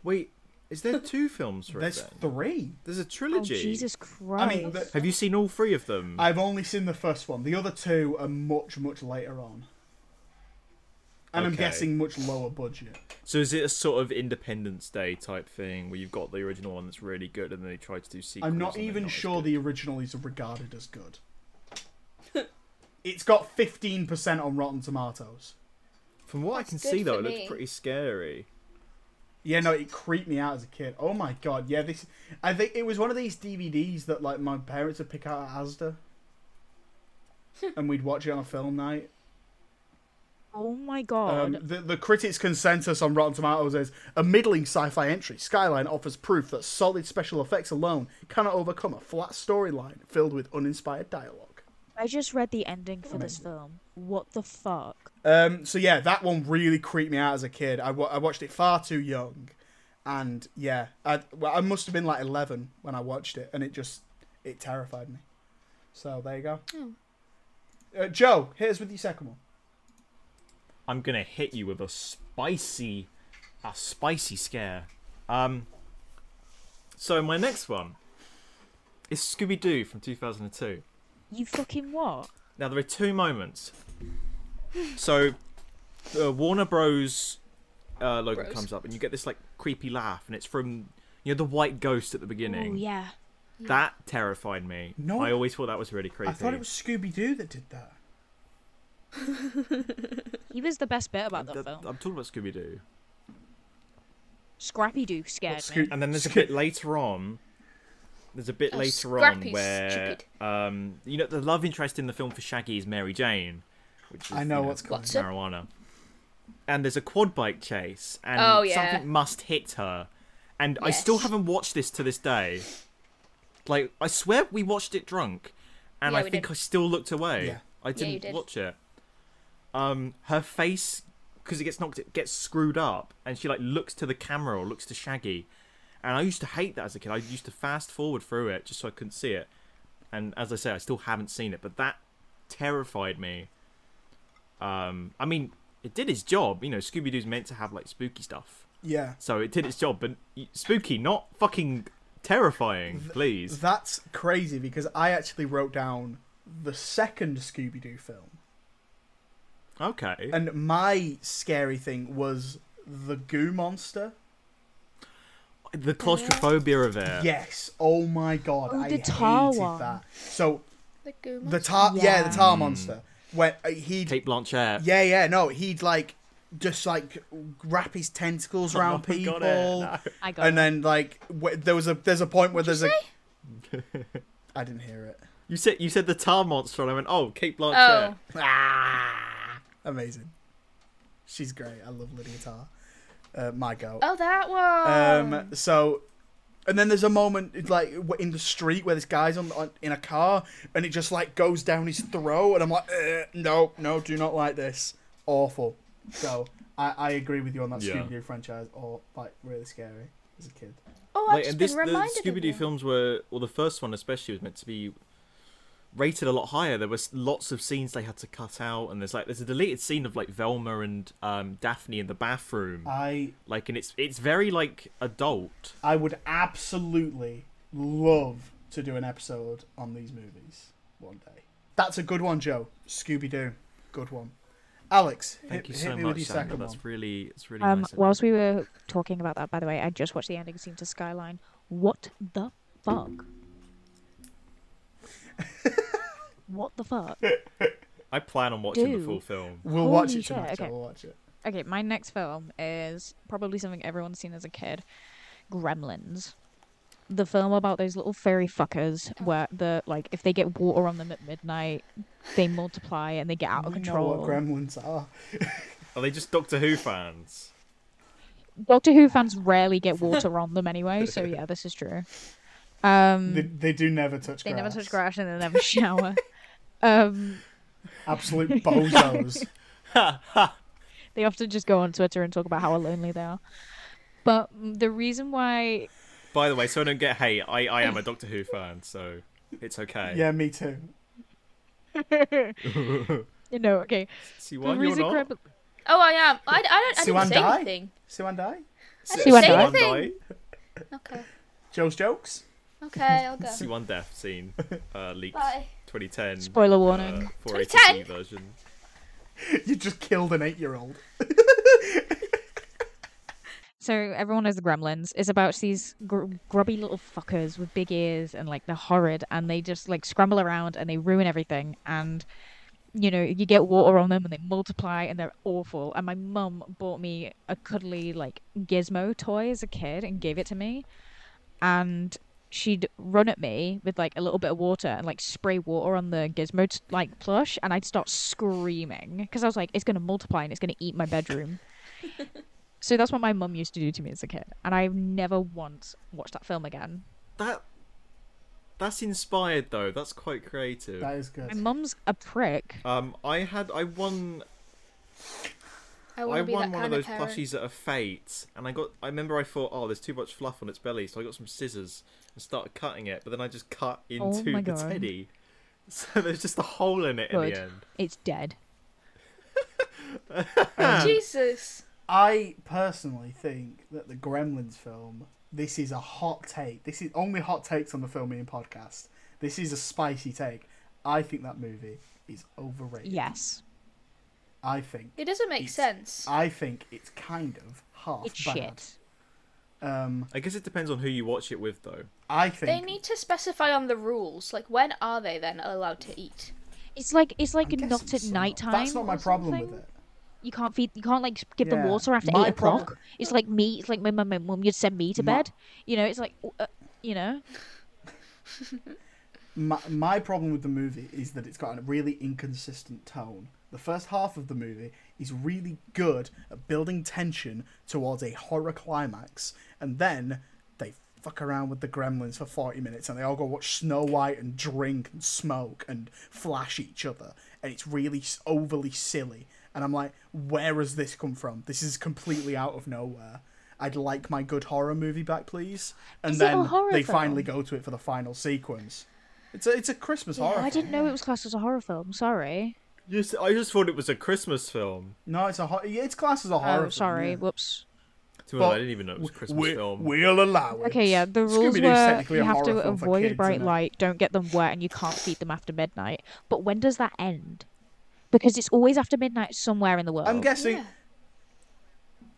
S3: Wait, is there two (laughs) films for
S1: there's
S3: it? Then?
S1: three.
S3: There's a
S2: Oh
S3: trilogy.
S2: Jesus Christ!
S1: I mean, the,
S3: Have you seen all three of them?
S1: I've only seen the first one. The other two are much much later on, and I'm
S3: Okay.
S1: guessing much lower budget.
S3: So is it a sort of Independence Day type thing where you've got the original one that's really good and then they try to do sequels?
S1: I'm not
S3: and they're
S1: even
S3: as
S1: sure
S3: good?
S1: the original is regarded as good. it's got 15% on Rotten Tomatoes.
S3: From what I
S4: That's
S3: can
S4: good
S3: see though,
S4: for
S3: it
S4: me.
S3: looks pretty scary.
S1: Yeah, no, it creeped me out as a kid. Oh my god, yeah, this. I think it was one of these DVDs that like my parents would pick out at (laughs) ASDA, and we'd watch it on a film night.
S2: oh my god!
S1: Um, the, the critics' consensus on Rotten Tomatoes is a middling sci-fi entry. Skyline offers proof that solid special effects alone cannot overcome a flat storyline filled with uninspired dialogue.
S2: I just read the ending for this film. What the fuck?
S1: Um, so yeah, that one really creeped me out as a kid. I wa- I watched it far too young, and yeah, I well, I must have been like eleven when I watched it, and it just it terrified me. So there you go. Uh, Joe, here's with your second one.
S3: I'm gonna hit you with a spicy, a spicy scare. Um. So my next one is Scooby Doo from 2002.
S2: You fucking what?
S3: Now there are two moments. So, uh, Warner Bros. Uh, logo
S4: Bros.
S3: comes up, and you get this like creepy laugh, and it's from you know the white ghost at the beginning.
S2: Oh yeah.
S3: That terrified me.
S1: No.
S3: I always thought that was really creepy.
S1: I thought it was Scooby Doo that did that.
S2: He was the best bit about that
S3: Th-
S2: film.
S3: I'm talking about Scooby Doo.
S2: Scrappy Doo scared
S1: Scoo-
S2: me.
S3: And then there's a
S1: Scoo-
S3: bit later on. There's a bit
S4: Oh,
S3: later on
S4: Scrappy's
S3: where
S4: stupid.
S3: um, you know the love interest in the film for Shaggy is Mary Jane, which is
S1: I know
S3: you
S1: what's going
S4: What's
S1: on.
S4: it?
S3: marijuana. And there's a quad bike chase, and
S4: Oh, yeah.
S3: something must hit her. And I still
S4: Yes.
S3: haven't watched this to this day. Like I swear we watched it drunk, and
S4: Yeah,
S3: I
S4: we
S3: think
S4: did.
S3: I still looked away.
S1: Yeah.
S3: I didn't
S4: you did.
S3: watch it. um, her face because it gets knocked, it gets screwed up, and she like looks to the camera or looks to Shaggy. And I used to hate that as a kid. I used to fast forward through it just so I couldn't see it. And as I say, I still haven't seen it, but that terrified me. Um, I mean, it did its job. You know, Scooby Doo's meant to have like spooky stuff,
S1: Yeah.
S3: so it did its job. But y- spooky, not fucking terrifying, please.
S1: That's crazy because I actually wrote down the second Scooby Doo film.
S3: Okay.
S1: And my scary thing was the goo monster.
S3: The claustrophobia of it.
S1: Yes. Oh my god.
S2: Oh,
S1: I
S2: the tar
S1: hated
S2: one.
S1: that. So
S4: The goo
S1: the
S4: monster.
S1: tar yeah, the
S2: Yeah.
S1: tar monster. When uh, he'd
S3: Kate Blanchett.
S1: Yeah, yeah, no, he'd like just like wrap his tentacles around
S3: I
S1: people.
S3: got it, Oh, no.
S2: I got
S1: And
S2: it.
S1: then like w- there was a there's a point where there's a I didn't hear it.
S3: You said you said the tar monster, and I went, "Oh, Kate Blanchett."
S4: Oh.
S1: Amazing. She's great. I love Lydia Tarr. Uh, my girl.
S4: Oh, that one.
S1: Um, so, and then there's a moment it's like w- in the street where this guy's on, on in a car, and it just like goes down his throat, and I'm like, "Eh, no, no, do not like this. Awful. So I, I agree with you on that
S3: Yeah.
S1: Scooby Doo franchise, or like really scary as a kid.
S4: oh, I've
S3: Wait,
S4: just
S3: and this
S4: been
S3: the
S4: reminded
S3: Scooby
S4: of
S3: Doo
S4: you.
S3: films were, well, the first one especially was meant to be rated a lot higher. There was lots of scenes they had to cut out, and there's like there's a deleted scene of like Velma and um, Daphne in the bathroom,
S1: I
S3: like, and it's it's very like adult.
S1: I would absolutely love to do an episode on these movies one day. That's a good one, Joe. Scooby Doo, good one. Alex,
S3: Thank
S1: hit,
S3: you
S1: hit
S3: so
S1: me
S3: much,
S1: with your
S3: Sandra.
S1: second one.
S3: That's really it's really
S2: Um,
S3: nice. of you.
S2: whilst we were talking about that, by the way, I just watched the ending scene to Skyline. What the fuck?
S3: (laughs)
S2: what the fuck?
S3: I plan on watching the
S2: do-
S3: full film.
S1: We'll watch
S2: Holy
S1: it
S2: shit,
S1: tonight. Joe.
S2: okay.
S1: We'll watch it.
S2: Okay, my next film is probably something everyone's seen as a kid Gremlins. The film about those little fairy fuckers where the like if they get water on them at midnight, they multiply and they get out of
S1: We
S2: control.
S1: Know what gremlins are?
S3: Are they just Doctor Who fans?
S2: Doctor Who fans rarely get water on them anyway, so yeah, this is true. Um
S1: They, they do never touch.
S2: They
S1: grass.
S2: never touch grass and they (laughs) never shower. um, (laughs)
S1: Absolute bozos.
S2: they often just go on Twitter and talk about how lonely they are. But the reason why,
S3: By the way, so I don't get hate, I, I am a Doctor Who fan, so it's okay.
S1: yeah, me too.
S2: you know, okay,
S3: See
S2: the
S3: why you're
S2: reason
S3: not.
S2: Gremlin,
S4: Oh, I am. I, I, don't, I
S1: Sue
S4: didn't
S1: and
S4: say
S1: Di?
S4: anything.
S1: Sue and I.
S4: I
S3: See-
S4: didn't
S2: One
S4: say
S2: die.
S3: one
S4: anything.
S3: die,
S4: Okay.
S1: Joe's jokes. (laughs)
S4: Okay, I'll go.
S3: see one death (laughs) scene uh, leaked
S4: Bye.
S3: 2010.
S2: spoiler
S3: Uh,
S2: warning,
S3: 480p version.
S1: You just killed an eight-year-old.
S2: So everyone knows the Gremlins. It's about these gr- grubby little fuckers with big ears and like they're horrid and they just like scramble around and they ruin everything. And you know you get water on them and they multiply and they're awful. And my mum bought me a cuddly like gizmo toy as a kid and gave it to me. And she'd run at me with like a little bit of water and like spray water on the gizmo t- like plush and I'd start screaming because I was like it's gonna multiply and it's gonna eat my bedroom. So that's what my mum used to do to me as a kid, and I've never once watched that film again.
S3: That that's inspired though. That's quite creative.
S1: That is
S2: My
S1: good.
S2: mum's a prick.
S3: Um, I had I won
S4: I
S3: I
S4: want to be
S3: won
S4: that
S3: one of
S4: kind
S3: those
S4: parent.
S3: plushies at a fate, and I got I remember I thought oh there's too much fluff on its belly, so I got some scissors and started cutting it, but then I just cut
S2: Oh
S3: into
S2: my
S3: the
S2: God.
S3: teddy, (laughs) so there's just a hole in it in
S2: Good.
S3: the end.
S2: It's dead.
S4: Jesus.
S1: I personally think that the Gremlins film. This is a hot take. This is only hot takes on the filming podcast. This is a spicy take. I think that movie is overrated.
S2: Yes.
S1: I think.
S4: It doesn't make
S1: It's-
S4: sense.
S1: I think it's kind of half
S2: It's
S1: bad.
S2: shit.
S1: Um,
S3: I guess it depends on who you watch it with though.
S1: I
S4: They
S1: think
S4: need to specify on the rules. Like, when are they then allowed to eat?
S2: It's like it's like
S1: I'm guessing
S2: not at
S1: so.
S2: nighttime.
S1: That's not my
S2: or
S1: problem with
S2: something.
S1: it.
S2: You can't feed. You can't like give
S1: Yeah.
S2: them water after
S1: My
S2: eight o'clock.
S1: problem-
S2: It's like me. It's like my mum. My mum. You'd send me to
S1: My-
S2: bed. You know. It's like uh, you know.
S1: My, my problem with the movie is that it's got a really inconsistent tone. The first half of the movie is really good at building tension towards a horror climax, and then they fuck around with the gremlins for 40 minutes and they all go watch Snow White and drink and smoke and flash each other, and it's really s- overly silly. and I'm like, where has this come from? This is completely out of nowhere. I'd like my good horror movie back, please. And
S2: Is it a
S1: then
S2: horror
S1: they
S2: film?
S1: finally go to it for the final sequence. It's a it's a Christmas
S2: Oh,
S1: horror.
S2: I
S1: film.
S2: didn't know it was classed as a horror film. Sorry.
S3: Yes, I just thought it was a Christmas film.
S1: No, it's a hor- yeah, it's classed as a horror.
S2: Oh,
S1: film,
S2: sorry.
S1: yeah.
S2: Whoops.
S3: To be honest,
S1: But
S3: I didn't even know it was a Christmas
S1: we,
S3: film.
S1: We'll allow it.
S2: Okay, yeah. The
S1: Scooby-Doo's
S2: rules were
S1: technically
S2: you
S1: a
S2: have to
S1: horror film for
S2: avoid
S1: kids,
S2: bright
S1: isn't it?
S2: light, don't get them wet, and you can't feed them after midnight. But when does that end? Because it's always after midnight somewhere in the world.
S1: I'm guessing.
S4: Yeah.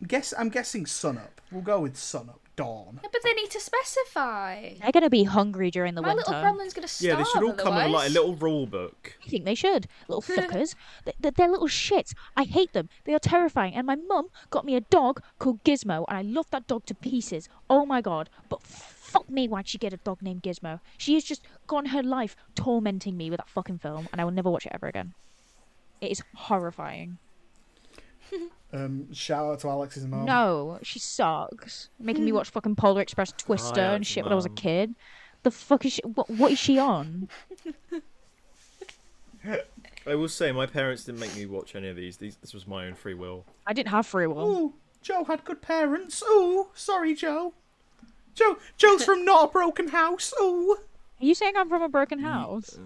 S1: Guess I'm guessing sunup. We'll go with sunup. Dawn.
S4: Yeah, but they need to specify.
S2: They're gonna be hungry during the
S4: My
S2: winter.
S4: little gremlin's gonna
S3: Yeah,
S4: starve.
S3: they should all come with like a
S4: otherwise.
S3: little rule book.
S2: I think they should.
S4: (laughs)
S2: Little fuckers. Th- th- They're little shits. I hate them. They are terrifying. And my mum got me a dog called Gizmo, and I love that dog to pieces. Oh my god. But fuck me, why'd she get a dog named Gizmo? She has just gone her life tormenting me with that fucking film, and I will never watch it ever again. It is horrifying.
S1: Um, shout out to Alex's mum.
S2: No, she sucks. Making me
S4: Hmm.
S2: watch fucking Polar Express Twister
S3: Hi,
S2: and shit when I was a
S3: Mum.
S2: kid. The fuck is she? What, what is she on?
S3: I will say, my parents didn't make me watch any of these. these this was my own free will.
S2: I didn't have free will.
S1: Ooh, Joe had good parents. Ooh, sorry, Joe. Joe,
S2: (laughs)
S1: Joe's from not a broken house. Ooh.
S2: Are you saying I'm from a broken house?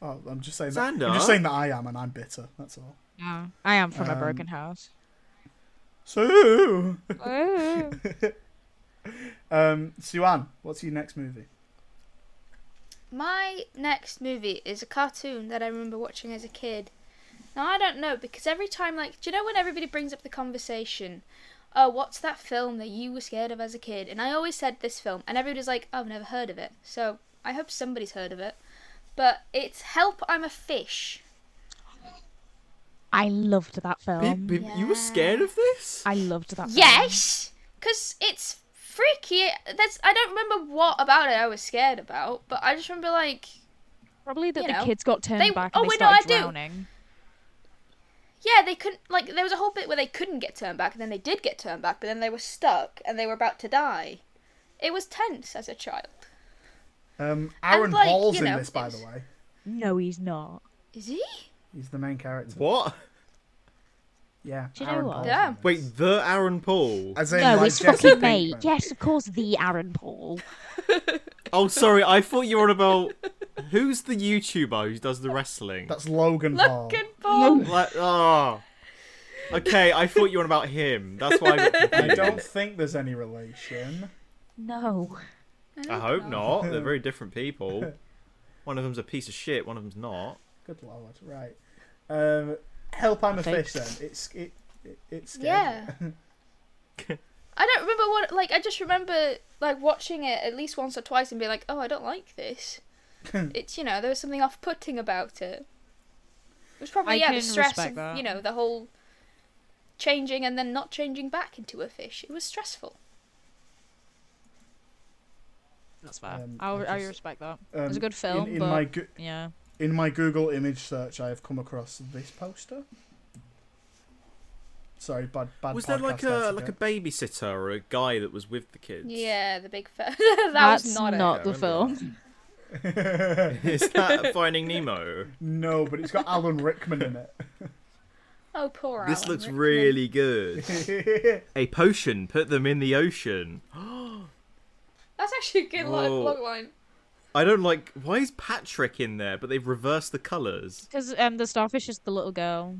S1: Oh, I'm just saying. That,
S3: Xander?
S1: I'm just saying that I am, and I'm bitter. That's all.
S2: No, I am from a broken house.
S1: So,
S2: Oh.
S1: (laughs) um, Suan, what's your next movie?
S4: My next movie is a cartoon that I remember watching as a kid. Now I don't know because every time, like, do you know when everybody brings up the conversation? Oh, what's that film that you were scared of as a kid? And I always said this film, and everybody's like, I've never heard of it. So I hope somebody's heard of it. But it's Help, I'm a Fish.
S2: I loved that
S3: Pe-
S2: film.
S3: pe- You were scared of this?
S2: I loved that. film.
S4: Yes, because it's freaky. That's I don't remember what about it I was scared about, but I just remember like,
S2: probably that
S4: You
S2: the
S4: know,
S2: kids got turned
S4: they-
S2: back
S4: oh,
S2: and they
S4: wait, no, I
S2: started
S4: do.
S2: drowning.
S4: yeah, they couldn't like there was a whole bit where they couldn't get turned back, and then they did get turned back, but then they were stuck and they were about to die. It was tense as a child.
S1: Um, Aaron
S4: like,
S1: Paul's
S4: you
S1: in
S4: know,
S1: this, by the
S4: it's-
S1: way.
S2: No, he's not.
S4: Is (laughs) he?
S1: He's the main character.
S3: What?
S1: Yeah,
S2: Do you know
S1: Aaron
S2: what?
S1: Paul's
S4: Yeah.
S1: in this.
S3: Wait, the Aaron Paul?
S1: As in,
S2: no,
S1: like,
S2: his
S1: Jesse
S2: fucking mate.
S1: Pinkman.
S2: Yes, of course, the Aaron Paul.
S3: Oh, sorry, I thought you were on about who's the YouTuber who does the wrestling.
S1: That's Logan Paul.
S4: Look at Paul.
S3: Like, oh. Okay, I thought you were on about him. That's why. (laughs) I, got
S1: I
S3: confused.
S1: don't think there's any relation.
S2: No.
S3: I hope not. They're very different (laughs) people. One of them's a piece of shit. One of them's not.
S1: Good lord, right. Um, help, I'm a
S2: Okay.
S1: fish. Then it's it, it it's scary.
S4: Yeah. (laughs) I don't remember what like I just remember like watching it at least once or twice and being like, "Oh, I don't like this." it's you know, there was something off-putting about it. It was probably
S2: I
S4: yeah,
S2: can
S4: the stress
S2: respect
S4: of,
S2: that.
S4: you know, the whole changing and then not changing back into a fish. It was stressful.
S2: That's fair.
S1: Um,
S2: I,
S1: I
S2: I
S1: just-
S2: respect that.
S1: Um,
S2: It was a good film,
S1: In, in
S2: but
S1: my Goo-
S2: yeah.
S1: in my Google image search, I have come across this poster. Sorry, bad bad.
S3: Was there like
S1: podcast
S3: a like a
S1: etiquette.
S3: babysitter or a guy that was with the kids?
S4: Yeah, the big fat. (laughs) that
S2: That's
S4: was not,
S2: not
S4: it.
S2: the
S3: remember
S2: film.
S3: (laughs)
S2: (laughs)
S3: Is that Finding Nemo?
S1: no? But
S3: (laughs)
S1: it's got Alan Rickman in it.
S4: Oh, poor
S3: This
S4: Alan
S3: looks
S4: Rickman.
S3: really good.
S2: (laughs)
S3: a potion. Put them in the ocean.
S4: That's actually a good li-
S3: Whoa.
S4: log line.
S3: I don't like. Why is Patrick in there? But they've reversed the colours.
S2: Because um, the starfish is the little girl.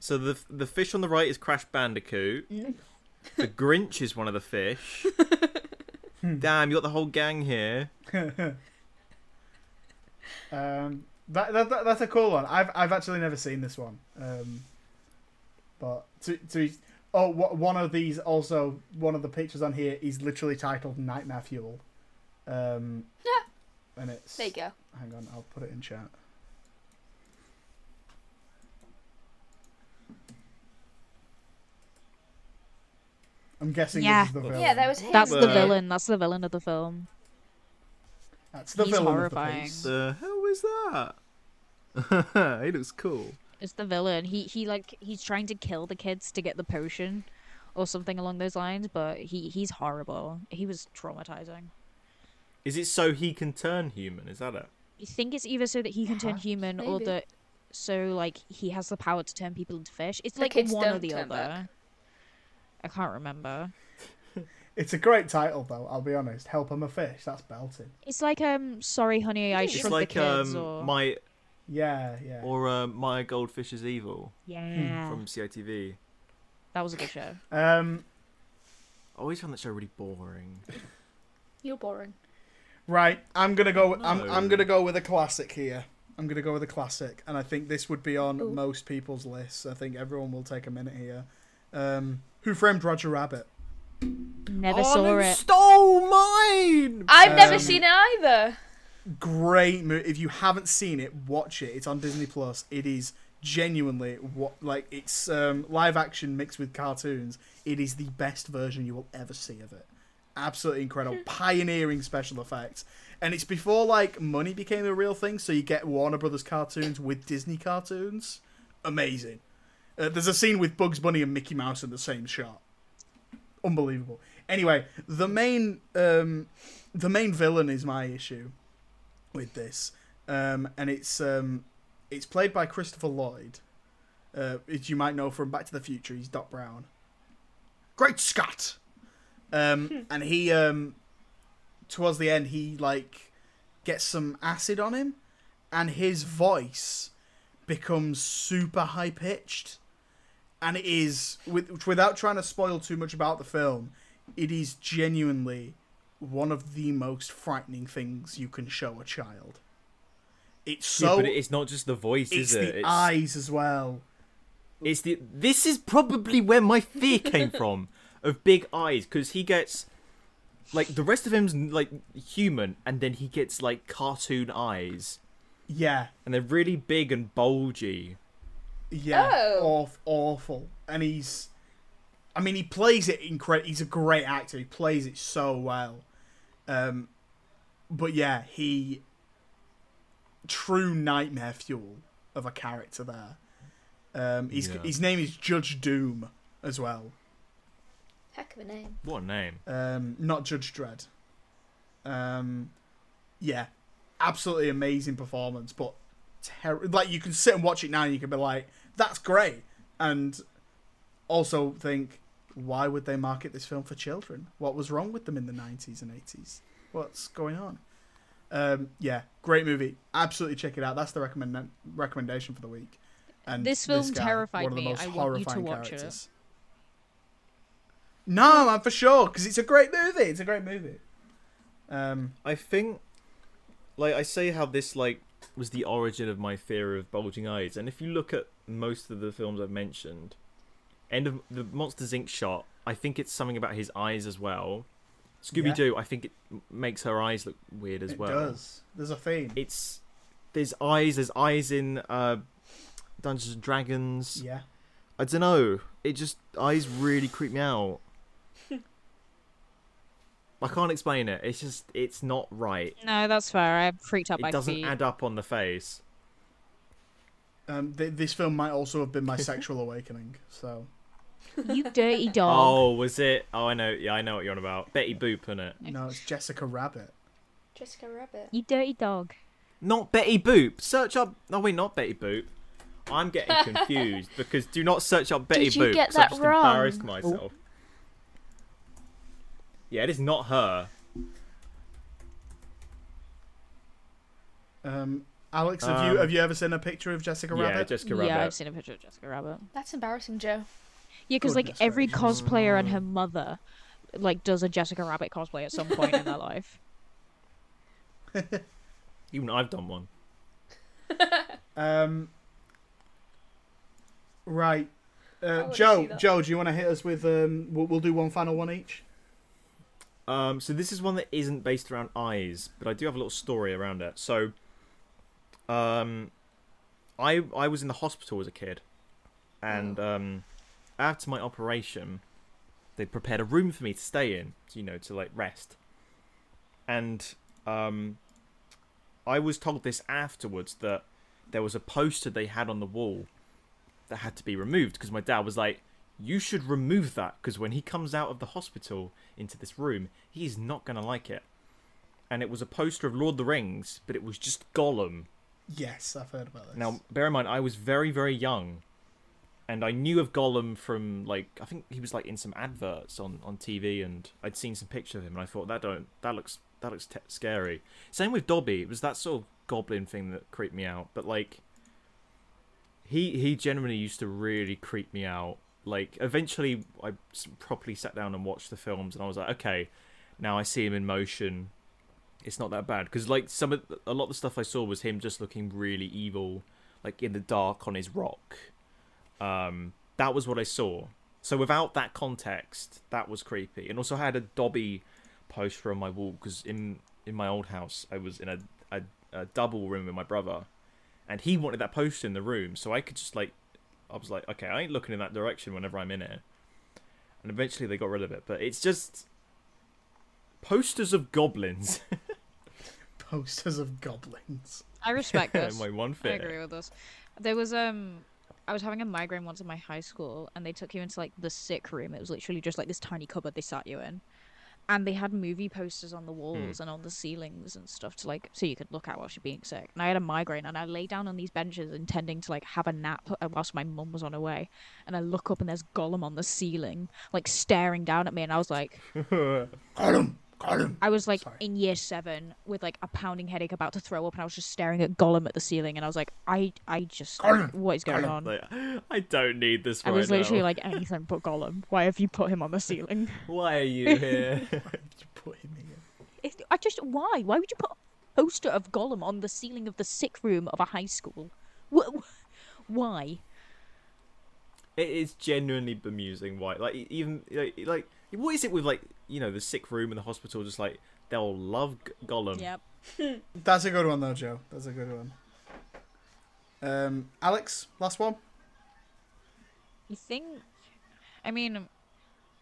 S3: So the the fish on the right is Crash Bandicoot. the Grinch is one of the fish.
S2: Hmm.
S3: Damn, you got the whole gang here.
S1: um, that, that, that that's a cool one. I've I've actually never seen this one. Um, but to to oh wha- one of these also one of the pictures on here is literally titled Nightmare Fuel. Um, and it's
S4: There you go.
S1: hang on, I'll put it in chat. I'm guessing
S2: Yeah.
S1: this is the villain.
S4: Yeah, that was him.
S2: That's the
S3: Uh,
S2: villain. That's the villain of the film.
S1: That's the
S2: He's
S1: villain
S2: horrifying.
S1: of the piece.
S3: The hell is that? (laughs) he looks cool.
S2: It's the villain. He he like he's trying to kill the kids to get the potion, or something along those lines. But he he's horrible. He was traumatizing.
S3: Is it so he can turn human? Is that it?
S2: You think it's either so that he can turn human or
S4: Maybe.
S2: that so like he has the power to turn people into fish. It's like
S4: kids
S2: one or
S4: don't
S2: the other.
S4: turn back.
S2: I can't remember.
S1: It's a great title, though. I'll be honest. Help I'm a fish. That's belting.
S2: It's like um, sorry, honey, I
S3: It's
S2: shrunk
S3: like
S2: the kids,
S3: um,
S2: or
S3: my
S1: Yeah, yeah.
S3: or uh, my goldfish is evil
S2: yeah,
S3: Hmm, from CITV.
S2: that was a good show.
S1: Um,
S3: I always found that show really boring.
S4: You're boring.
S1: right. I'm gonna go. With, I'm
S3: No.
S1: I'm gonna go with a classic here. I'm gonna go with a classic, and I think this would be on most people's lists. I think everyone will take a minute here. Um, Who framed Roger Rabbit?
S2: Never saw
S3: Arlen
S2: it.
S3: Oh, stole mine.
S4: I've never
S1: Um,
S4: seen it either.
S1: Great movie. If you haven't seen it, watch it. It's on Disney Plus. It is genuinely what like it's um, live action mixed with cartoons. It is the best version you will ever see of it. absolutely incredible, pioneering special effects. And it's before like money became a real thing, so you get Warner Brothers cartoons with Disney cartoons. Amazing. Uh, there's a scene with Bugs Bunny and Mickey Mouse in the same shot. Unbelievable. Anyway, the main um, the main villain is my issue with this, um, and it's um, it's played by Christopher Lloyd. Uh, as you might know from Back to the Future, he's Doc Brown. Great Scott! um, and he um, towards the end he like gets some acid on him and his voice becomes super high pitched and it is with, without trying to spoil too much about the film it is genuinely one of the most frightening things you can show a child it's
S3: Yeah,
S1: so
S3: but it's not just the voice,
S1: it's
S3: is it?
S1: the eyes as well
S3: It's the this is probably where my fear came (laughs) from of big eyes because he gets like the rest of him's like human and then he gets like cartoon eyes
S1: yeah
S3: and they're really big and bulgy.
S1: Yeah,
S4: Oh.
S1: awful, awful. And he's, I mean, he plays it incredible. He's a great actor. He plays it so well. Um, but yeah, he true nightmare fuel of a character there. Um, he's,
S3: Yeah.
S1: his name is Judge Doom as well.
S4: Heck of a name.
S3: What a name.
S1: Um, not Judge Dredd. Um, yeah, absolutely amazing performance, but ter- like you can sit and watch it now and you can be like, "That's great," and also think, "Why would they market this film for children? What was wrong with them in the '90s and '80s? What's going on?" Um, yeah, great movie. Absolutely check it out. That's the recommend recommendation for the week. And
S2: This film
S1: guy,
S2: terrified
S1: one of the
S2: me.
S1: most
S2: I want you to
S1: horrifying
S2: watch it.
S1: characters. No, man, for sure, because it's a great movie. It's a great movie. Um,
S3: I think like I say how this like was the origin of my fear of bulging eyes and if you look at most of the films I've mentioned end of the Monsters Inc shot I think it's something about his eyes as well. Scooby Doo I think it m- makes her eyes look weird as
S1: it
S3: well.
S1: does. There's a theme.
S3: It's there's eyes there's eyes in uh Dungeons and Dragons.
S1: yeah.
S3: I don't know. It just eyes really creep
S1: (laughs)
S3: me out. I can't explain it. It's just it's not right
S2: No, that's fair. I'm freaked out by
S3: it doesn't
S2: feet.
S3: add up on the face.
S1: Um, th- this film might also have been my sexual awakening. So
S2: You dirty dog.
S3: Oh, was it? Oh, I know. Yeah, I know what you're on about. Betty Boop, innit?
S1: no, it's Jessica Rabbit.
S4: Jessica Rabbit.
S2: You dirty dog.
S3: Not Betty Boop. Search up. No, wait, not Betty Boop. I'm (laughs) getting confused because do not search up Betty
S4: Did you
S3: Boop.
S4: get
S3: 'cause
S4: that
S3: I've just
S4: wrong?
S3: embarrassed myself. Yeah, it is not her.
S1: Um, Alex, have you
S3: Um,
S1: have you ever seen a picture of Jessica
S3: Yeah,
S1: Rabbit?
S3: Jessica
S2: Yeah, I've
S3: Rabbit.
S2: seen a picture of Jessica Rabbit.
S4: That's embarrassing, Joe.
S2: Yeah, because like
S1: Goodness
S2: every
S1: gracious.
S2: cosplayer and her mother, like, does a Jessica Rabbit cosplay at some point in their life.
S3: Even I've done one.
S1: Um, right, uh,
S4: wanna see
S1: Joe.
S4: that.
S1: Joe, do you want to hit us with? Um, we'll, we'll do one final one each.
S3: Um, so this is one that isn't based around eyes, but I do have a little story around it. So, um, I I was in the hospital as a kid, and um, after my operation, they prepared a room for me to stay in, you know, to like rest. And um, I was told this afterwards that there was a poster they had on the wall that had to be removed because my dad was like, "You should remove that because when he comes out of the hospital into this room, he's not gonna like it." And it was a poster of Lord of the Rings, but it was just Gollum
S1: Yes, I've heard about this.
S3: Now, bear in mind, I was very, very young, and I knew of Gollum from like I think he was like in some adverts on on TV, and I'd seen some picture of him, and I thought that don't that looks that looks te- scary. Same with Dobby. It was that sort of goblin thing that creeped me out, but like he he generally used to really creep me out. Like eventually, I s- properly sat down and watched the films, and I was like, okay, now I see him in motion. It's not that bad because like some of a lot of the stuff I saw was him just looking really evil, like in the dark on his rock. Um, that was what I saw. So without that context, that was creepy. And also, I had a Dobby poster on my wall because in in my old house, I was in a, a a double room with my brother, and he wanted that poster in the room, so I could just like, I was like, okay, I ain't looking in that direction whenever I'm in it. And eventually, they got rid of it. But it's just posters of goblins. (laughs)
S1: Posters of goblins. (laughs)
S2: I respect this.
S3: my one
S2: I
S3: thing.
S2: agree with this. There was um I was having a migraine once in my high school and they took you into like the sick room. It was literally just like this tiny cupboard they sat you in. And they had movie posters on the
S1: Hmm.
S2: walls and on the ceilings and stuff to like so you could look at whilst you're being sick. And I had a migraine and I lay down on these benches intending to like have a nap uh, whilst my mum was on her way. And I look up and there's Gollum on the ceiling, like staring down at me and I was like
S1: Gollum, Gollum.
S2: I was like
S1: Sorry.
S2: in year seven with like a pounding headache about to throw up, and I was just staring at Gollum at the ceiling, and I was like, I, I just,
S1: Gollum,
S2: what is going on?
S3: Like, I don't need this.
S2: I
S3: Right
S2: was literally
S3: now.
S2: like, anything but Gollum. Why have you put him on the ceiling?
S3: why are you here?
S1: You put him here.
S2: (laughs) It's- I just, why? Why would you put a poster of Gollum on the ceiling of the sick room of a high school? Wh- wh- Why?
S3: it is genuinely bemusing why like e- even like, like what is it with like you know the sick room and the hospital just like they'll love G- gollum
S2: Yep.
S1: That's a good one though, Joe. That's a good one. Um, Alex, last one.
S2: You think? I mean,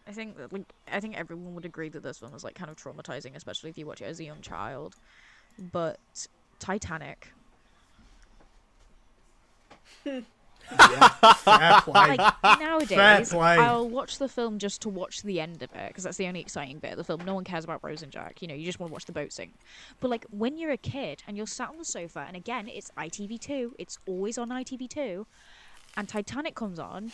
S2: I think that, like I think everyone would agree that this one was like kind of traumatizing, especially if you watch it as a young child. But Titanic.
S1: (laughs) Fair play.
S2: like nowadays,
S1: play.
S2: I'll watch the film just to watch the end of it because that's the only exciting bit of the film. No one cares about Rose and Jack. You know, you just want to watch the boat sink. But like when you're a kid and you're sat on the sofa, and again, it's ITV2. It's always on ITV2, and Titanic comes on.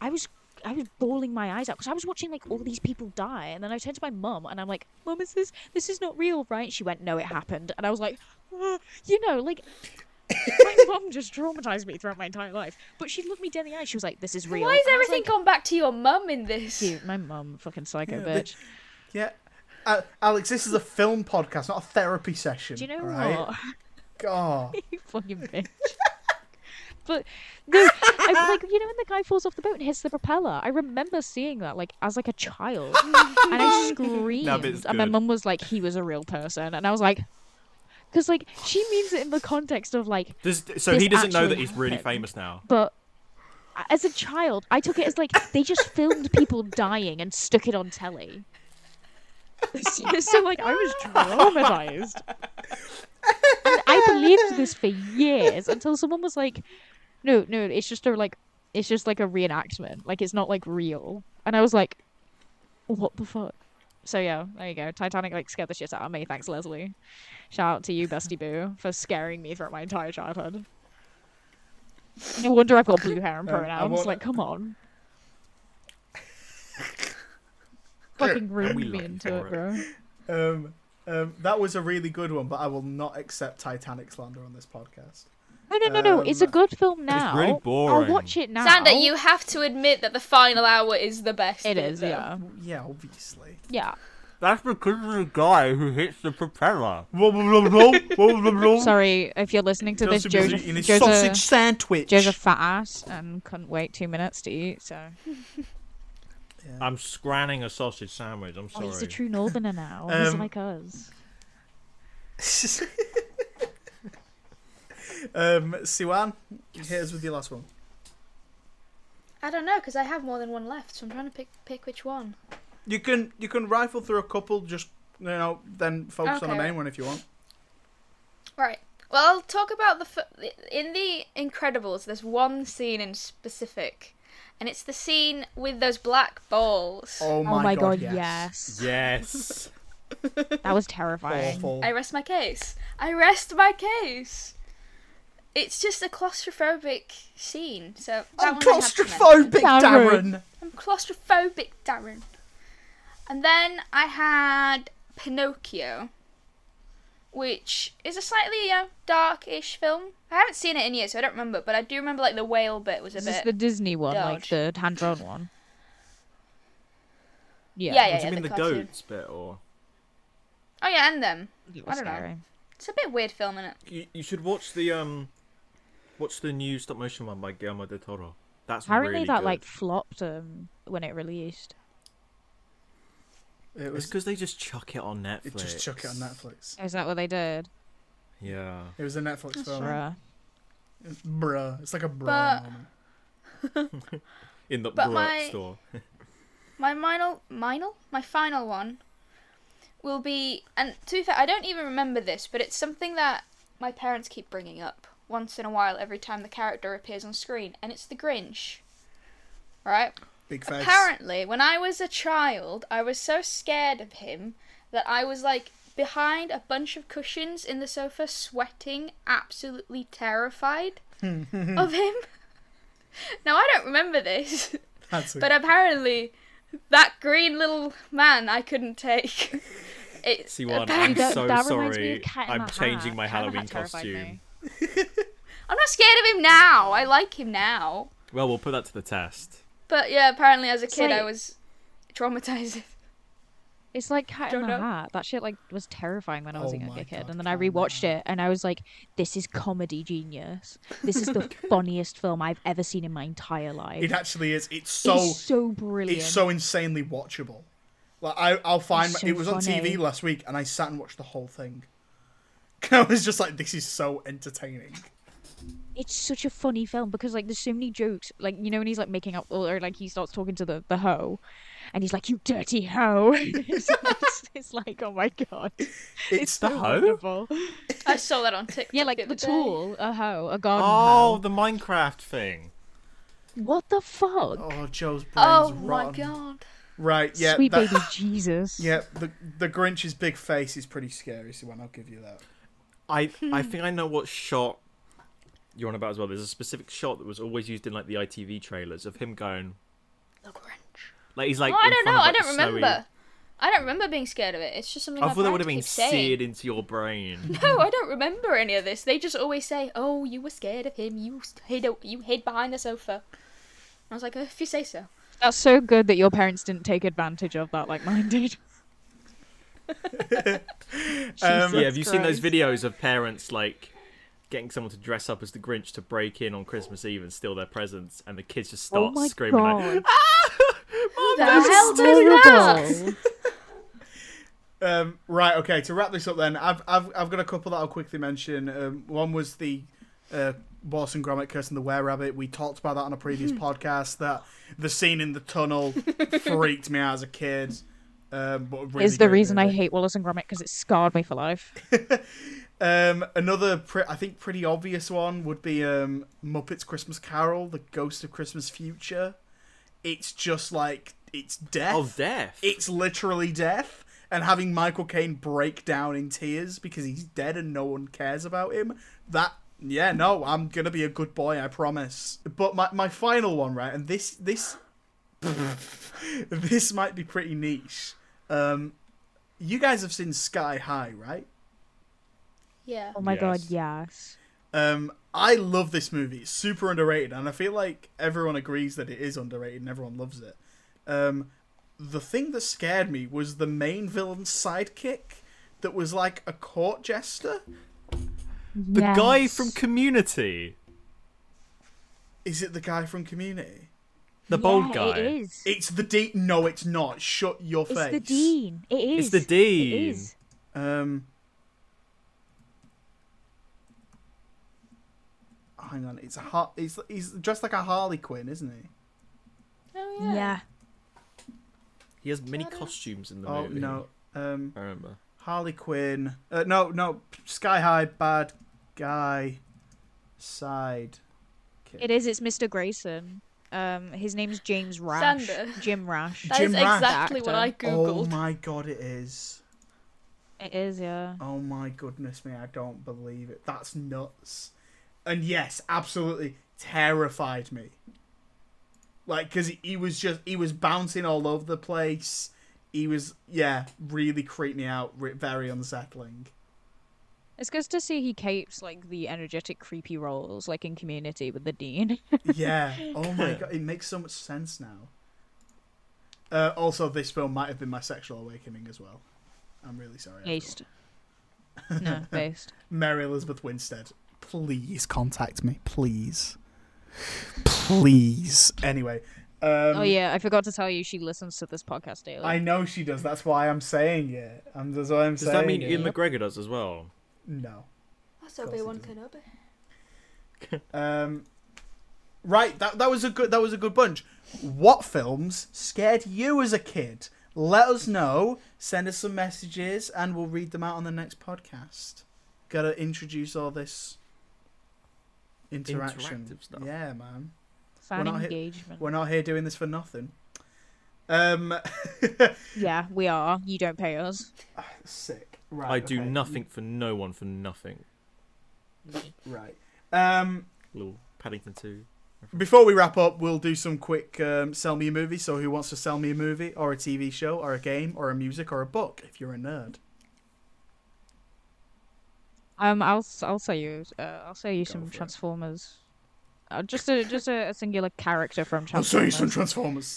S2: I was I was bawling my eyes out because I was watching like all these people die, and then I turned to my mum and I'm like, "Mum, is this this is not real, right?" She went, "No, it happened," and I was like, "Ah," "You know, like." my mum just traumatized me throughout my entire life, but she looked me dead in the eye. She was like, "This is real."
S4: Why has
S2: And I was
S4: everything
S2: like,
S4: gone back to your mum in this?
S2: Dude, my mum, fucking psycho
S1: the-
S2: bitch.
S1: Yeah. Uh, Alex, this is a film podcast, not a therapy session.
S2: Do you know
S1: right?
S2: what?
S1: God.
S2: you fucking bitch. (laughs) But no, I, like you know when the guy falls off the boat and hits the propeller, I remember seeing that like as like a child, and I screamed,
S3: it's
S2: and my
S3: good.
S2: mum was like, "He was a real person," and I was like, "Cause like she means it in the context of like
S3: Does, so
S2: This
S3: he doesn't know
S2: actually
S3: that he's really
S2: happened.
S3: famous now
S2: but as a child, I took it as like they just filmed people dying and stuck it on telly. (laughs) so like I was traumatized. And I believed this for years until someone was like, "No, no, it's just a like, it's just like a reenactment. Like it's not like real." And I was like, "What the fuck?" So yeah, there you go. Titanic like scared the shit out of me. Thanks, Leslie. Shout out to you, Bestie Boo, for scaring me throughout my entire childhood. No wonder I've got blue hair and
S1: Um, I
S2: pronouns.
S1: want-
S2: Like, come on. Fucking ruined
S3: we
S2: me
S3: love you
S2: into it,
S3: for it.
S2: bro.
S1: Um, um, that was a really good one, but I will not accept Titanic slander on this podcast.
S2: No, no, no, no. it's a
S1: Um,
S2: good film now.
S3: really
S2: I'll
S3: boring.
S2: watch it now.
S4: Sander, you have to admit that the final hour is the best.
S2: It
S4: bit,
S2: is,
S4: though.
S2: yeah,
S1: Yeah, obviously.
S2: yeah.
S3: that's because of the guy who hits the (laughs) propeller
S1: Sorry,
S2: (laughs) Sorry if you're listening to this, Joe's a,
S1: in his
S2: Joe's,
S1: sausage
S2: a,
S1: sandwich.
S2: Joe's a fat ass and couldn't wait two minutes to eat. So
S3: i'm scranning a sausage sandwich i'm
S2: oh,
S3: sorry
S2: he's a true northerner now. he's
S1: Um,
S2: like us.
S1: (laughs) um, Siwan, hit us with your last one.
S4: I don't know because I have more than one left, so I'm trying to pick pick which one.
S1: You can you can rifle through a couple, just you know, then focus on
S4: Okay.
S1: the main one if you want.
S4: Right. Well, I'll talk about the f- in the Incredibles. There's one scene in specific, and it's the scene with those black balls.
S1: Oh
S2: Oh
S1: my, god, yes.
S2: (laughs)
S3: yes
S2: that was terrifying.
S1: Awful.
S4: I rest my case. I rest my case. It's just a claustrophobic scene, so that
S1: I'm
S4: one I have to mention.
S1: claustrophobic, Darren.
S2: Darren.
S4: I'm claustrophobic, Darren. And then I had Pinocchio, which is a slightly you know, dark-ish film. I haven't seen it in years, so I don't remember. But I do remember like the whale bit was a
S2: Is this
S4: bit.
S2: the Disney one,
S4: dodge.
S2: like the hand-drawn one? Yeah.
S4: Yeah,
S3: do you mean the,
S4: cartoon.
S3: goats bit or?
S4: Oh yeah, and them.
S2: It
S4: I
S2: was
S4: don't know.
S2: scary.
S4: It's a bit weird film, isn't it?
S3: You, you should watch the um, watch the new stop motion one by Guillermo del Toro. That's
S2: Apparently
S3: really
S2: that
S3: good.
S2: like flopped um, when it released.
S1: It
S3: It's
S1: was.
S3: because they just chuck it on Netflix.
S1: It just chuck it on Netflix.
S2: Is that what they did?
S3: Yeah.
S1: It was a Netflix film.
S2: Bruh.
S1: It's Bruh. It's like a bruh
S4: But-
S1: moment.
S3: In the
S4: But
S3: Brat
S4: my-
S3: store.
S4: My final, minal, my final one will be, and to be fair, I don't even remember this, but it's something that my parents keep bringing up once in a while every time the character appears on screen, and it's the Grinch. Right?
S1: Big face.
S4: Apparently, when I was a child, I was so scared of him that I was like behind a bunch of cushions in the sofa, sweating, absolutely terrified of him. (laughs) Now, I don't remember this,
S1: That's it.
S4: but uh, apparently, that green little man I couldn't
S2: (laughs)
S4: take. It,
S3: See one. I'm
S4: apparently-
S2: That-
S3: so
S2: that reminds me
S3: sorry.
S2: of Cat in
S3: I'm
S2: the
S3: changing
S2: Hat.
S3: my
S2: Cat in the
S3: Halloween
S2: Hat terrified
S3: costume.
S2: me.
S4: I'm not scared of him now. I like him now.
S3: Well, we'll put that to the test.
S4: But yeah, apparently, as a kid, I
S2: like-
S4: was traumatized.
S2: It's like Cat in
S4: Don't
S2: the
S4: know.
S2: Hat. That shit like was terrifying when I was
S1: Oh
S2: a
S1: my
S2: younger kid,
S1: God,
S2: and then I
S1: Cat in the
S2: rewatched it, and I was like, "This is comedy genius. This
S1: (laughs)
S2: is the funniest film I've ever seen in my entire life.
S1: It actually is. It's so.
S2: it's so brilliant.
S1: it's so insanely watchable. Like I, I'll find
S2: It's so
S1: it was on
S2: funny.
S1: TV last week, and I sat and watched the whole thing. (laughs) I was just like, "This is so entertaining."
S2: it's such a funny film because like there's so many jokes like you know when he's like making up or like he starts talking to the the hoe and he's like you dirty hoe (laughs) it's, it's- it's like oh my god
S1: It's
S3: The
S2: so
S3: hoe?
S2: wonderful.
S4: I saw
S2: (laughs)
S4: that on TikTok.
S2: yeah like
S4: the
S2: the
S4: other day.
S2: tool a hoe a garden
S3: Oh,
S2: oh
S3: the Minecraft thing.
S2: what the fuck
S1: oh, Joe's brain's
S4: Oh my
S1: rotten.
S4: god.
S1: Right? Yeah.
S2: sweet
S1: that-
S2: baby
S1: (laughs)
S2: jesus
S1: Yeah. The the Grinch's big face is pretty scary. So one, I'll give you that.
S3: I
S2: (laughs)
S3: I think I know what shot you're on about as well. There's a specific shot that was always used in like the ITV trailers of him going
S4: The Grinch.
S3: like he's like.
S4: Oh, I
S3: in
S4: don't
S3: front
S4: know.
S3: Of,
S4: I
S3: like,
S4: don't
S3: the snowy- Oh,
S4: remember. I don't remember being scared of it. It's just something
S3: I
S4: my
S3: thought that would
S4: parents
S3: have been
S4: keep saying.
S3: seared into your
S2: (laughs)
S3: brain.
S4: No, I don't remember any of this. They just always say, "Oh, you were scared of him. You hid. You hid behind the sofa." I was like, "Oh, "If you say so."
S2: that's so good that your parents didn't take advantage of that like
S3: (laughs)
S2: mine did Jesus
S3: Um, yeah, have you seen those
S2: Christ.
S3: videos of parents like getting someone to dress up as the Grinch to break in on Christmas Eve and steal their presents, and the kids just
S2: oh
S3: start
S2: my
S3: screaming like,
S2: god
S4: the hell
S2: that's terrible
S1: Um, right. Okay. To wrap this up, then I've I've I've got a couple that I'll quickly mention. Um, one was the uh, Wallace and Gromit Curse and the Were Rabbit. We talked about that on a
S2: (laughs)
S1: previous podcast. That the scene in the tunnel freaked me out as a kid. Um, but really
S2: is the
S1: good
S2: reason I
S1: movie.
S2: hate Wallace and Gromit because it scarred me for life.
S1: Um, another pre- I think pretty obvious one would be um, Muppets Christmas Carol, The Ghost of Christmas Future. It's just like it's death.
S3: "Oh, death!"
S1: it's literally death and having michael caine break down in tears because he's dead and no one cares about him that yeah no i'm gonna be a good boy i promise but my, my final one right and this this (laughs) this might be pretty niche um you guys have seen sky high right
S4: Yeah.
S2: Oh my god,
S3: Yes.
S2: yes.
S1: um i love this movie it's super underrated and i feel like everyone agrees that it is underrated and everyone loves it um, the thing that scared me was the main villain's sidekick that was like a court jester.
S3: the guy from Community,
S1: Is it the guy from Community?
S3: the bald guy.
S2: It is.
S1: It's the dean. No, it's not. Shut your
S2: It's
S1: face.
S2: the dean. It is.
S3: It's the dean.
S2: It is.
S1: Um. Hang on, it's a har- he's, he's dressed like a Harley Quinn, isn't he?
S4: Oh yeah.
S2: Yeah.
S3: He has many costumes in the
S1: Oh
S3: movie.
S1: no, um,
S3: I remember.
S1: Harley Quinn. Uh, no, no, Sky High bad guy side.
S2: It is. It's Mr. Grayson. Um, his name's James Rash.
S4: Sander.
S2: Jim Rash.
S4: That is
S1: Jim Rash.
S4: exactly what I
S1: Oh
S4: googled.
S1: my god, it is.
S2: It is. Yeah.
S1: Oh my goodness me, I don't believe it. That's nuts. and yes, absolutely terrified me. Like, because he, he was just he was bouncing all over the place. He was yeah, really creeped me out. re- Very unsettling.
S2: It's good to see he keeps like the energetic, creepy roles, like in Community with the dean. (laughs)
S1: Yeah. Oh my god, it makes so much sense now. Uh, also, this film might have been my sexual awakening as well. I'm really sorry. everyone.
S2: Based. No, based.
S1: Mary Elizabeth Winstead, please contact me, please, please. Anyway, um,
S2: oh yeah, I forgot to tell you she listens to this podcast daily.
S1: I know she does. That's why I'm saying it. I'm, that's why I'm
S3: Does
S1: saying.
S3: that mean
S1: it.
S3: Ian McGregor does as well?
S1: no?
S4: That's
S1: course he
S4: Obi Wan
S1: doesn't.
S4: Kenobi.
S1: Um, right, that that was a good that was a good bunch. What films scared you as a kid? Let us know. Send us some messages, and we'll read them out on the next podcast. Got to introduce all this interaction.
S3: Interactive stuff.
S1: Yeah, man.
S2: Fan
S1: not hit-
S2: engagement.
S1: We're not here doing this for nothing. Um,
S2: Yeah, we are. You don't pay us.
S1: sick. Right.
S3: I do
S1: okay.
S3: nothing for no one for nothing.
S1: Right. Um,
S3: Little Paddington 2.
S1: Before we wrap up, we'll do some quick um, sell me a movie. So, who wants to sell me a movie, or a TV show, or a game, or a music, or a book? If you're a nerd,
S2: Um, I'll s- I'll sell you. Uh, I'll sell you some
S3: for it.
S2: Transformers. Uh, just a just a, a singular character from
S1: I'll show you
S2: Transformers.
S1: some Transformers.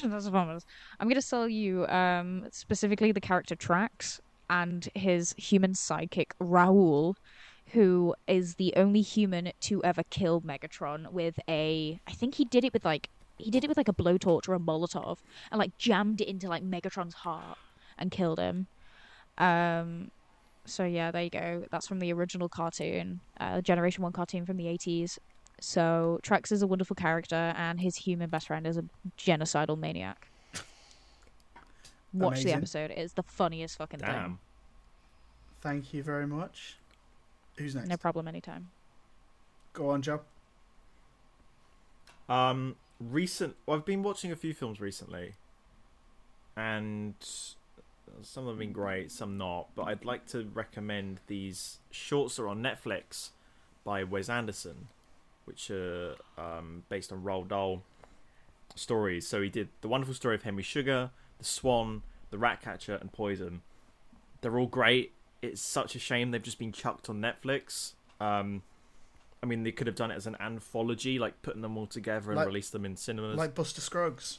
S2: Transformers. (laughs) I'm gonna sell you um specifically the character Trax and his human sidekick Raoul, who is the only human to ever kill Megatron with a. I think he did it with like he did it with like a blowtorch or a Molotov and like jammed it into like Megatron's heart and killed him. Um. So yeah, there you go. That's from the original cartoon, uh, Generation One cartoon from the '80s. So Trax is a wonderful character, and his human best friend is a genocidal maniac. Watch
S1: Amazing.
S2: the episode; it's the funniest fucking
S3: Damn.
S1: Thank you very much. Who's next?
S2: thing. No problem, anytime.
S1: Go on, Joe.
S3: Um, recent. Well, I've been watching a few films recently, and some have been great, some not. But I'd like to recommend these shorts that are on Netflix by Wes Anderson, which are um, based on Roald Dahl stories. So he did the wonderful story of Henry Sugar, The Swan, The Ratcatcher, and Poison. They're all great. It's such a shame they've just been chucked on Netflix. Um, I mean, they could have done it as an anthology, like putting them all together and
S1: Like-
S3: released them in cinemas.
S1: Like Buster Scruggs.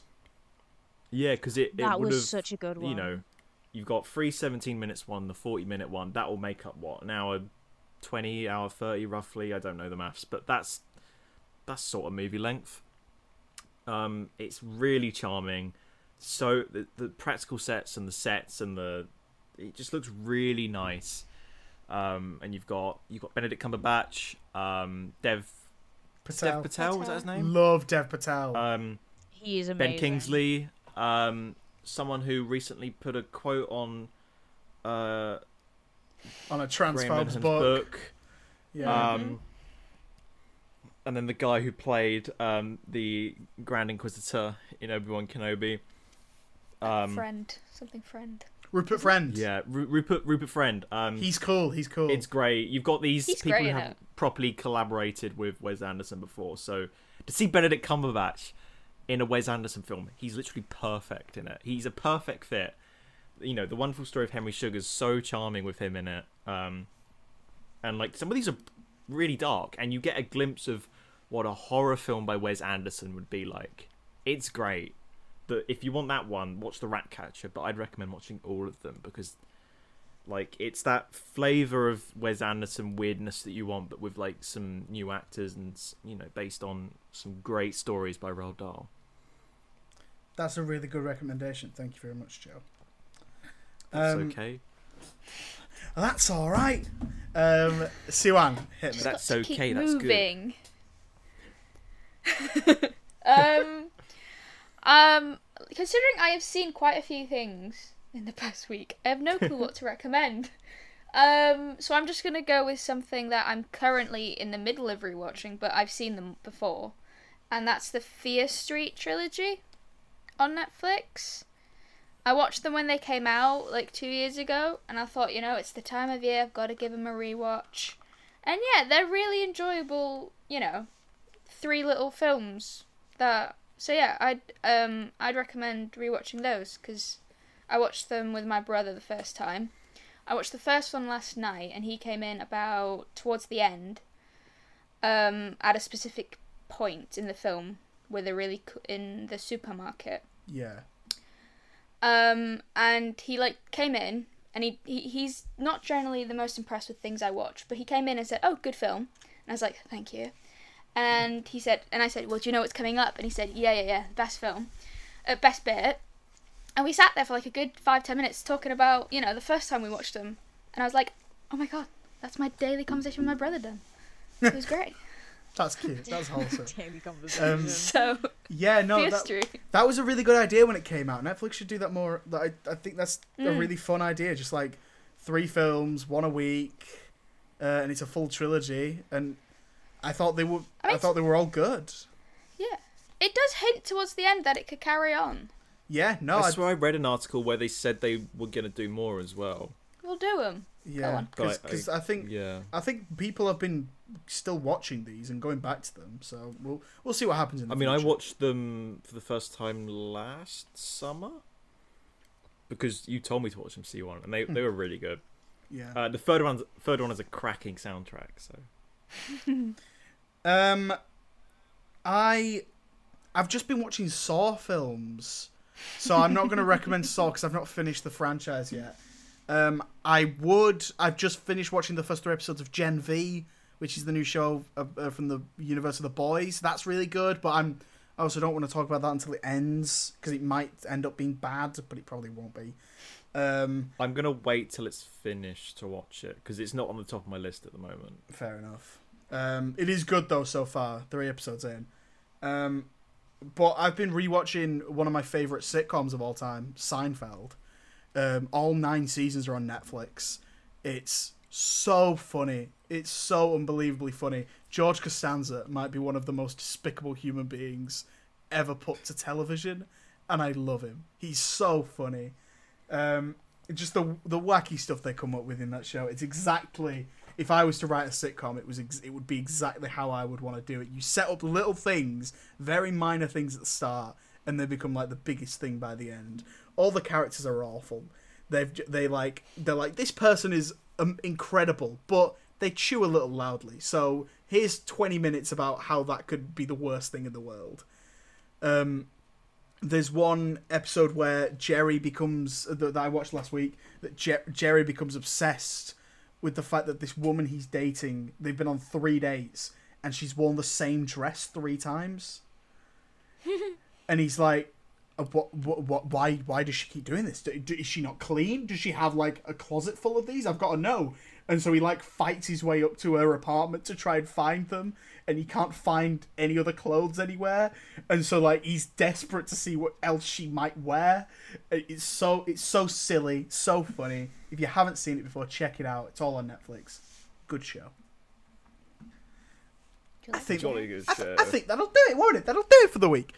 S3: yeah, because it, it
S2: that
S3: would have
S2: was such a good one.
S3: you know, you've got three 17 minutes one, the 40 minute one. That will make up what? An hour 20, hour 30 roughly. I don't know the maths, but that's that's sort of movie length. Um, it's really charming. So the, the practical sets and the sets and the it just looks really nice. Um, and you've got you've got Benedict Cumberbatch, um, Dev
S1: Patel.
S3: Dev Patel, was that his name?
S1: Love Dev Patel.
S3: Um,
S2: he is amazing.
S3: Ben Kingsley, um, someone who recently put a quote on uh,
S1: on a
S3: Graham
S1: Transformers
S3: Menahan's
S1: book.
S3: book.
S1: Yeah.
S3: Um, and then the guy who played um, the Grand Inquisitor in Obi Wan Kenobi. Um,
S4: friend, something friend.
S1: Rupert Friend.
S3: yeah, Ru- Rupert Rupert Friend. Um,
S1: He's cool. He's cool.
S3: it's great. You've got these
S4: He's
S3: people
S4: great
S3: who
S4: in
S3: have
S4: it.
S3: properly collaborated with Wes Anderson before. So to see Benedict Cumberbatch in a Wes Anderson film, he's literally perfect in it. He's a perfect fit. You know, the wonderful story of Henry Sugar is so charming with him in it. Um, and like some of these are really dark, and you get a glimpse of what a horror film by Wes Anderson would be like. It's great. That if you want that one, watch The Ratcatcher. But I'd recommend watching all of them because like it's that flavor of Wes Anderson weirdness that you want, but with like some new actors and s- you know based on some great stories by Roald Dahl.
S1: That's a really good recommendation. Thank you very much, Joe.
S3: That's
S1: Um,
S3: okay.
S1: That's all right. Um, Siwan, hit me.
S3: That- That's
S4: got to
S3: okay,
S4: Keep
S3: that's good.
S4: moving. (laughs) um, um, considering I have seen quite a few things in the past week, I have no clue what
S3: (laughs)
S4: to recommend. Um, so I'm just gonna go with something that I'm currently in the middle of rewatching, but I've seen them before, and that's the Fear Street trilogy on Netflix. I watched them when they came out like two years ago, and I thought, you know, it's the time of year I've got to give them a rewatch And yeah, they're really enjoyable, you know, three little films that so yeah, I'd um I'd recommend rewatching those cuz I watched them with my brother the first time. I watched the first one last night and he came in about towards the end um at a specific point in the film where they're really c- in the supermarket.
S1: Yeah.
S4: Um, and he like came in, and he, he he's not generally the most impressed with things I watch, but he came in and said, "Oh, good film," and I was like, "Thank you." And he said, and I said, "Well, do you know what's coming up?" And he said, "Yeah, yeah, yeah, best film, uh, best bit." And we sat there for like a good five ten minutes talking about you know the first time we watched them, and I was like, "Oh my god, that's my daily conversation with my brother done." It was great.
S1: (laughs) That's cute. That's wholesome.
S2: (laughs)
S1: Um,
S2: Daily conversation.
S4: so
S1: Yeah,
S4: (laughs)
S1: no, that,
S4: history.
S1: that was a really good idea when it came out. Netflix should do that more. Like, I, I think that's a really fun idea. Just like three films, one a week, uh, and it's a full trilogy. And I thought they were, I,
S4: mean,
S1: thought they were all good.
S4: Yeah, it does hint towards the end that it could carry on.
S1: Yeah, no,
S3: I
S1: I,
S3: swear I read an article where they said they were going to do more as well.
S4: We'll do them.
S1: yeah,
S4: on.
S3: But I-
S1: because I think
S3: Yeah.
S1: I think people have been still watching these and going back to them. So we'll we'll see what happens in. The
S3: I mean, I
S1: future.
S3: watched them for the first time last summer because you told me to watch them see one, and they, they were really good.
S1: Yeah.
S3: Uh, the third one, third one has a cracking soundtrack. So
S1: Um, I, I've just been watching Saw films, so I'm not going to recommend Saw because I've not finished the franchise yet. Um, I would. I've just finished watching the first three episodes of Gen V, which is the new show uh, uh, from the universe of the Boys. That's really good, but I'm. I also don't want to talk about that until it ends because it might end up being bad, but it probably won't be. Um,
S3: I'm gonna wait till it's finished to watch it because it's not on the top of my list at the moment.
S1: Fair enough. Um, it is good though so far. Three episodes in. Um, but I've been rewatching one of my favorite sitcoms of all time, Seinfeld. Um, all nine seasons are on Netflix. It's so funny. It's so unbelievably funny. George Costanza might be one of the most despicable human beings ever put to television, and I love him. He's so funny. Um, just the the wacky stuff they come up with in that show. It's exactly if I was to write a sitcom, it was ex- it would be exactly how I would want to do it. You set up little things, very minor things at the start, and they become like the biggest thing by the end. All the characters are awful. They've j- they like they're like this person is um, incredible, but they chew a little loudly. So here's 20 minutes about how that could be the worst thing in the world there's one episode where Jerry becomes uh, that, that I watched last week that Je- Jerry becomes obsessed with the fact that this woman he's dating they've been on three dates and she's worn the same dress three times and he's like "Uh, what, what, what, why why does she keep doing this Do- do- is she not clean does she have like a closet full of these i've got to know and so he like fights his way up to her apartment to try and find them and he can't find any other clothes anywhere and so like he's desperate to see what else she might wear Uh, it's so it's so silly so funny if you haven't seen it before check it out it's all on netflix good show I think,
S3: Jolly good
S1: I, th-
S3: show.
S1: I think that'll do it, won't it? That'll do it for the week.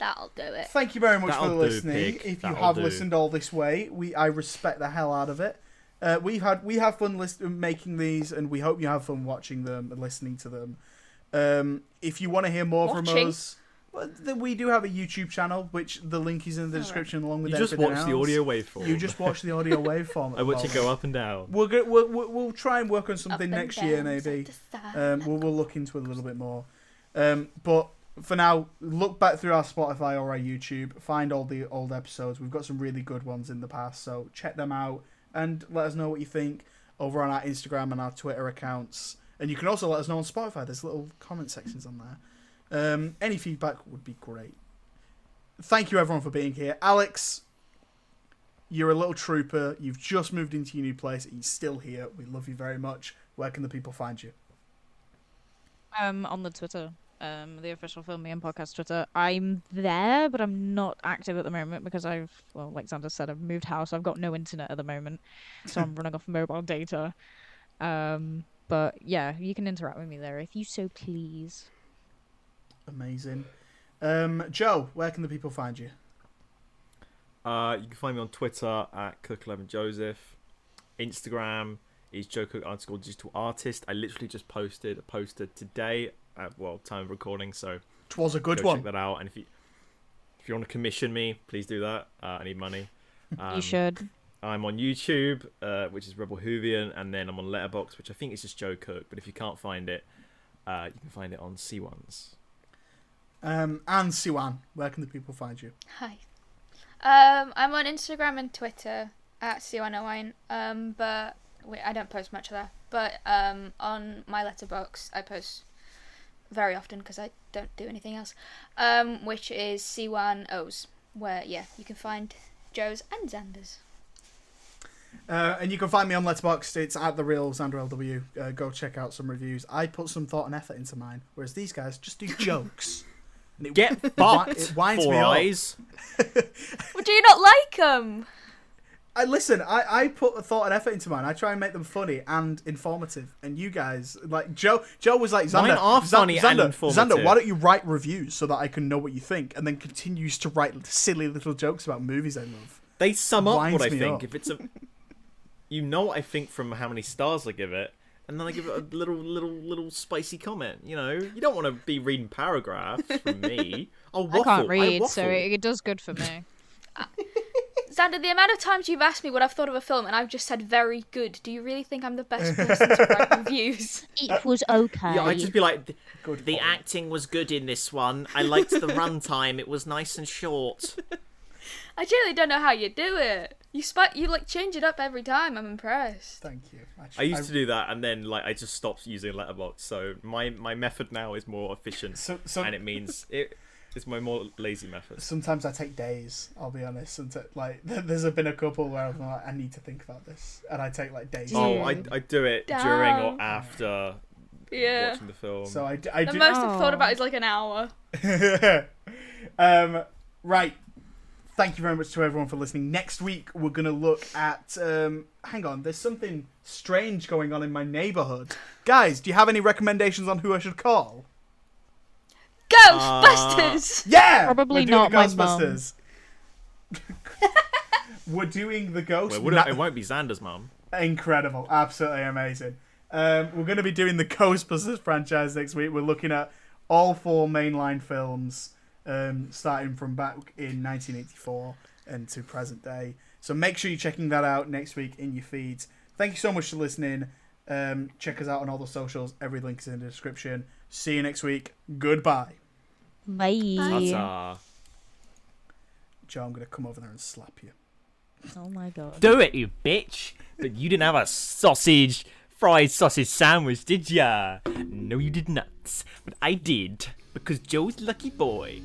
S4: That'll do it.
S1: Thank you very much
S3: That'll
S1: for
S3: do,
S1: listening.
S3: pig.
S1: If you
S3: That'll
S1: have
S3: do.
S1: listened all this way, we I respect the hell out of it. Uh, we've had we have fun list- making these, and we hope you have fun watching them and listening to them. Um, if you want to hear more from
S4: Watching.
S1: us, well, th- we do have a YouTube channel, which the link is in the description along with
S3: You just
S1: everything
S3: watch the
S1: else.
S3: audio waveform.
S1: You just watch the
S3: (laughs)
S1: audio waveform. at
S3: I
S1: the
S3: watch it
S1: moment.
S3: go up and down.
S1: We'll, go, we'll, we'll we'll try and work on
S4: Up
S1: something
S4: and
S1: next year,
S4: down, side
S1: maybe.
S4: to side.
S1: Um, we'll, we'll look into it a little bit more. Um, but for now, look back through our Spotify or our YouTube, find all the old episodes. We've got some really good ones in the past, so check them out and let us know what you think over on our Instagram and our Twitter accounts. And you can also let us know on Spotify. There's little comment sections on there. Um, any feedback would be great. Thank you everyone for being here. Alex, you're a little trooper. You've just moved into your new place. and You're still here. We love you very much. Where can the people find you?
S2: um, on the Twitter, um, the official Film and Podcast Twitter. I'm there, but I'm not active at the moment because I've, well, like Xander said, I've moved house. I've got no internet at the moment, so I'm running off mobile data. Um, but yeah, you can interact with me there if you so please.
S1: Amazing. Um, Joe, where can the people find you?
S3: Uh, you can find me on Twitter at Cook11Joseph, Instagram is Joe Cook underscore digital artist. I literally just posted a poster today at well time of recording, so
S1: Twas a good
S3: go
S1: one.
S3: check that out. And if you if you want to commission me, please do that. Uh, I
S1: (laughs)
S3: need money. Um,
S2: you should.
S3: I'm on YouTube, uh, which is Rebel Hoovian, and then I'm on Letterbox, which I think is just Joe Cook. But if you can't find it, uh, you can find it on C1s.
S1: Um, and Siwan, where can the people find you?
S4: Hi. Um, I'm on Instagram and Twitter at C109. Um, but wait, I don't post much of that. But um, on my letterbox, I post very often because I don't do anything else. Um, which is C1Os, where yeah, you can find Joe's and Xander's.
S1: Uh, and you can find me on Letterboxd. It's at the real Xander LW. Uh, go check out some reviews. I put some thought and effort into mine, whereas these guys just do jokes. And it, (laughs)
S3: Get fucked,
S1: it winds
S3: four
S1: me up.
S3: eyes.
S4: Well, do you not like them?
S1: I listen. I, I put a thought and effort into mine. I try and make them funny and informative. And you guys, like Joe, Joe was like Xander.
S3: Mine are
S1: Xan-
S3: funny and
S1: Xander,
S3: informative."
S1: Xander, why don't you write reviews so that I can know what you think? And then continues to write silly little jokes about movies I love.
S3: They sum up what
S1: Winds
S3: I
S1: me
S3: think.
S1: up.
S3: If it's a, you know what I think from how many stars I give it, and then I give it a little, little, little spicy comment. You know, you don't want to be reading paragraphs from
S2: (laughs)
S3: me. I'll waffle.
S2: I can't read,
S3: waffle.
S2: so it, it does good for me.
S4: Xander, the amount of times you've asked me what I've thought of a film and I've just said very good. Do you really think I'm the (laughs) best person to write reviews?
S2: It was okay.
S3: Yeah, I'd just be like, the,
S1: Good
S3: the
S1: point.
S3: acting was good in this one. I liked the runtime. It was nice and short.
S4: I generally don't know how you do it. You sp- you like change it up every time. I'm impressed.
S1: Thank you. tr-
S3: I used to do that, and then like I just stopped using Letterbox. So my my method now is more efficient,
S1: So- so-
S3: and it means it. It's my more lazy method.
S1: sometimes I take days. I'll be honest. And like, (laughs) th- there's been a couple where I'm like, I need to think about this, and I take like days.
S3: Oh, I, I do it during or
S4: Damn.
S3: after
S4: Yeah.
S3: watching the film.
S1: So I, d- I
S4: The
S1: do.
S4: most I've
S2: Oh.
S4: thought about is like an hour.
S1: (laughs) um, right. Thank you very much to everyone for listening. Next week we're gonna look at. Um, hang on, there's something strange going on in my neighborhood. Guys, do you have any recommendations on who I should call?
S4: Ghostbusters!
S1: Yeah,
S2: Probably
S1: we're doing
S2: not
S1: the
S2: my mum.
S1: Ghostbusters. (laughs) we're doing the ghost.
S3: Well, it, wouldn't-
S1: na-
S3: it won't be Xander's mum.
S1: incredible, absolutely amazing. Um, we're going to be doing the (laughs) Ghostbusters franchise next week. We're looking at all four mainline films, um, starting from back in 1984 and to present day. So make sure you're checking that out next week in your feeds. Thank you so much for listening. Um, check us out on all the socials. Every link is in the description. See you next week. Goodbye.
S2: Bye.
S3: Ta-ta.
S1: Joe, I'm going to come over there and slap you.
S2: Oh my god.
S3: Do it, you bitch! But you didn't have a sausage, fried sausage sandwich, did ya? No, you did not. But I did, because Joe's lucky boy.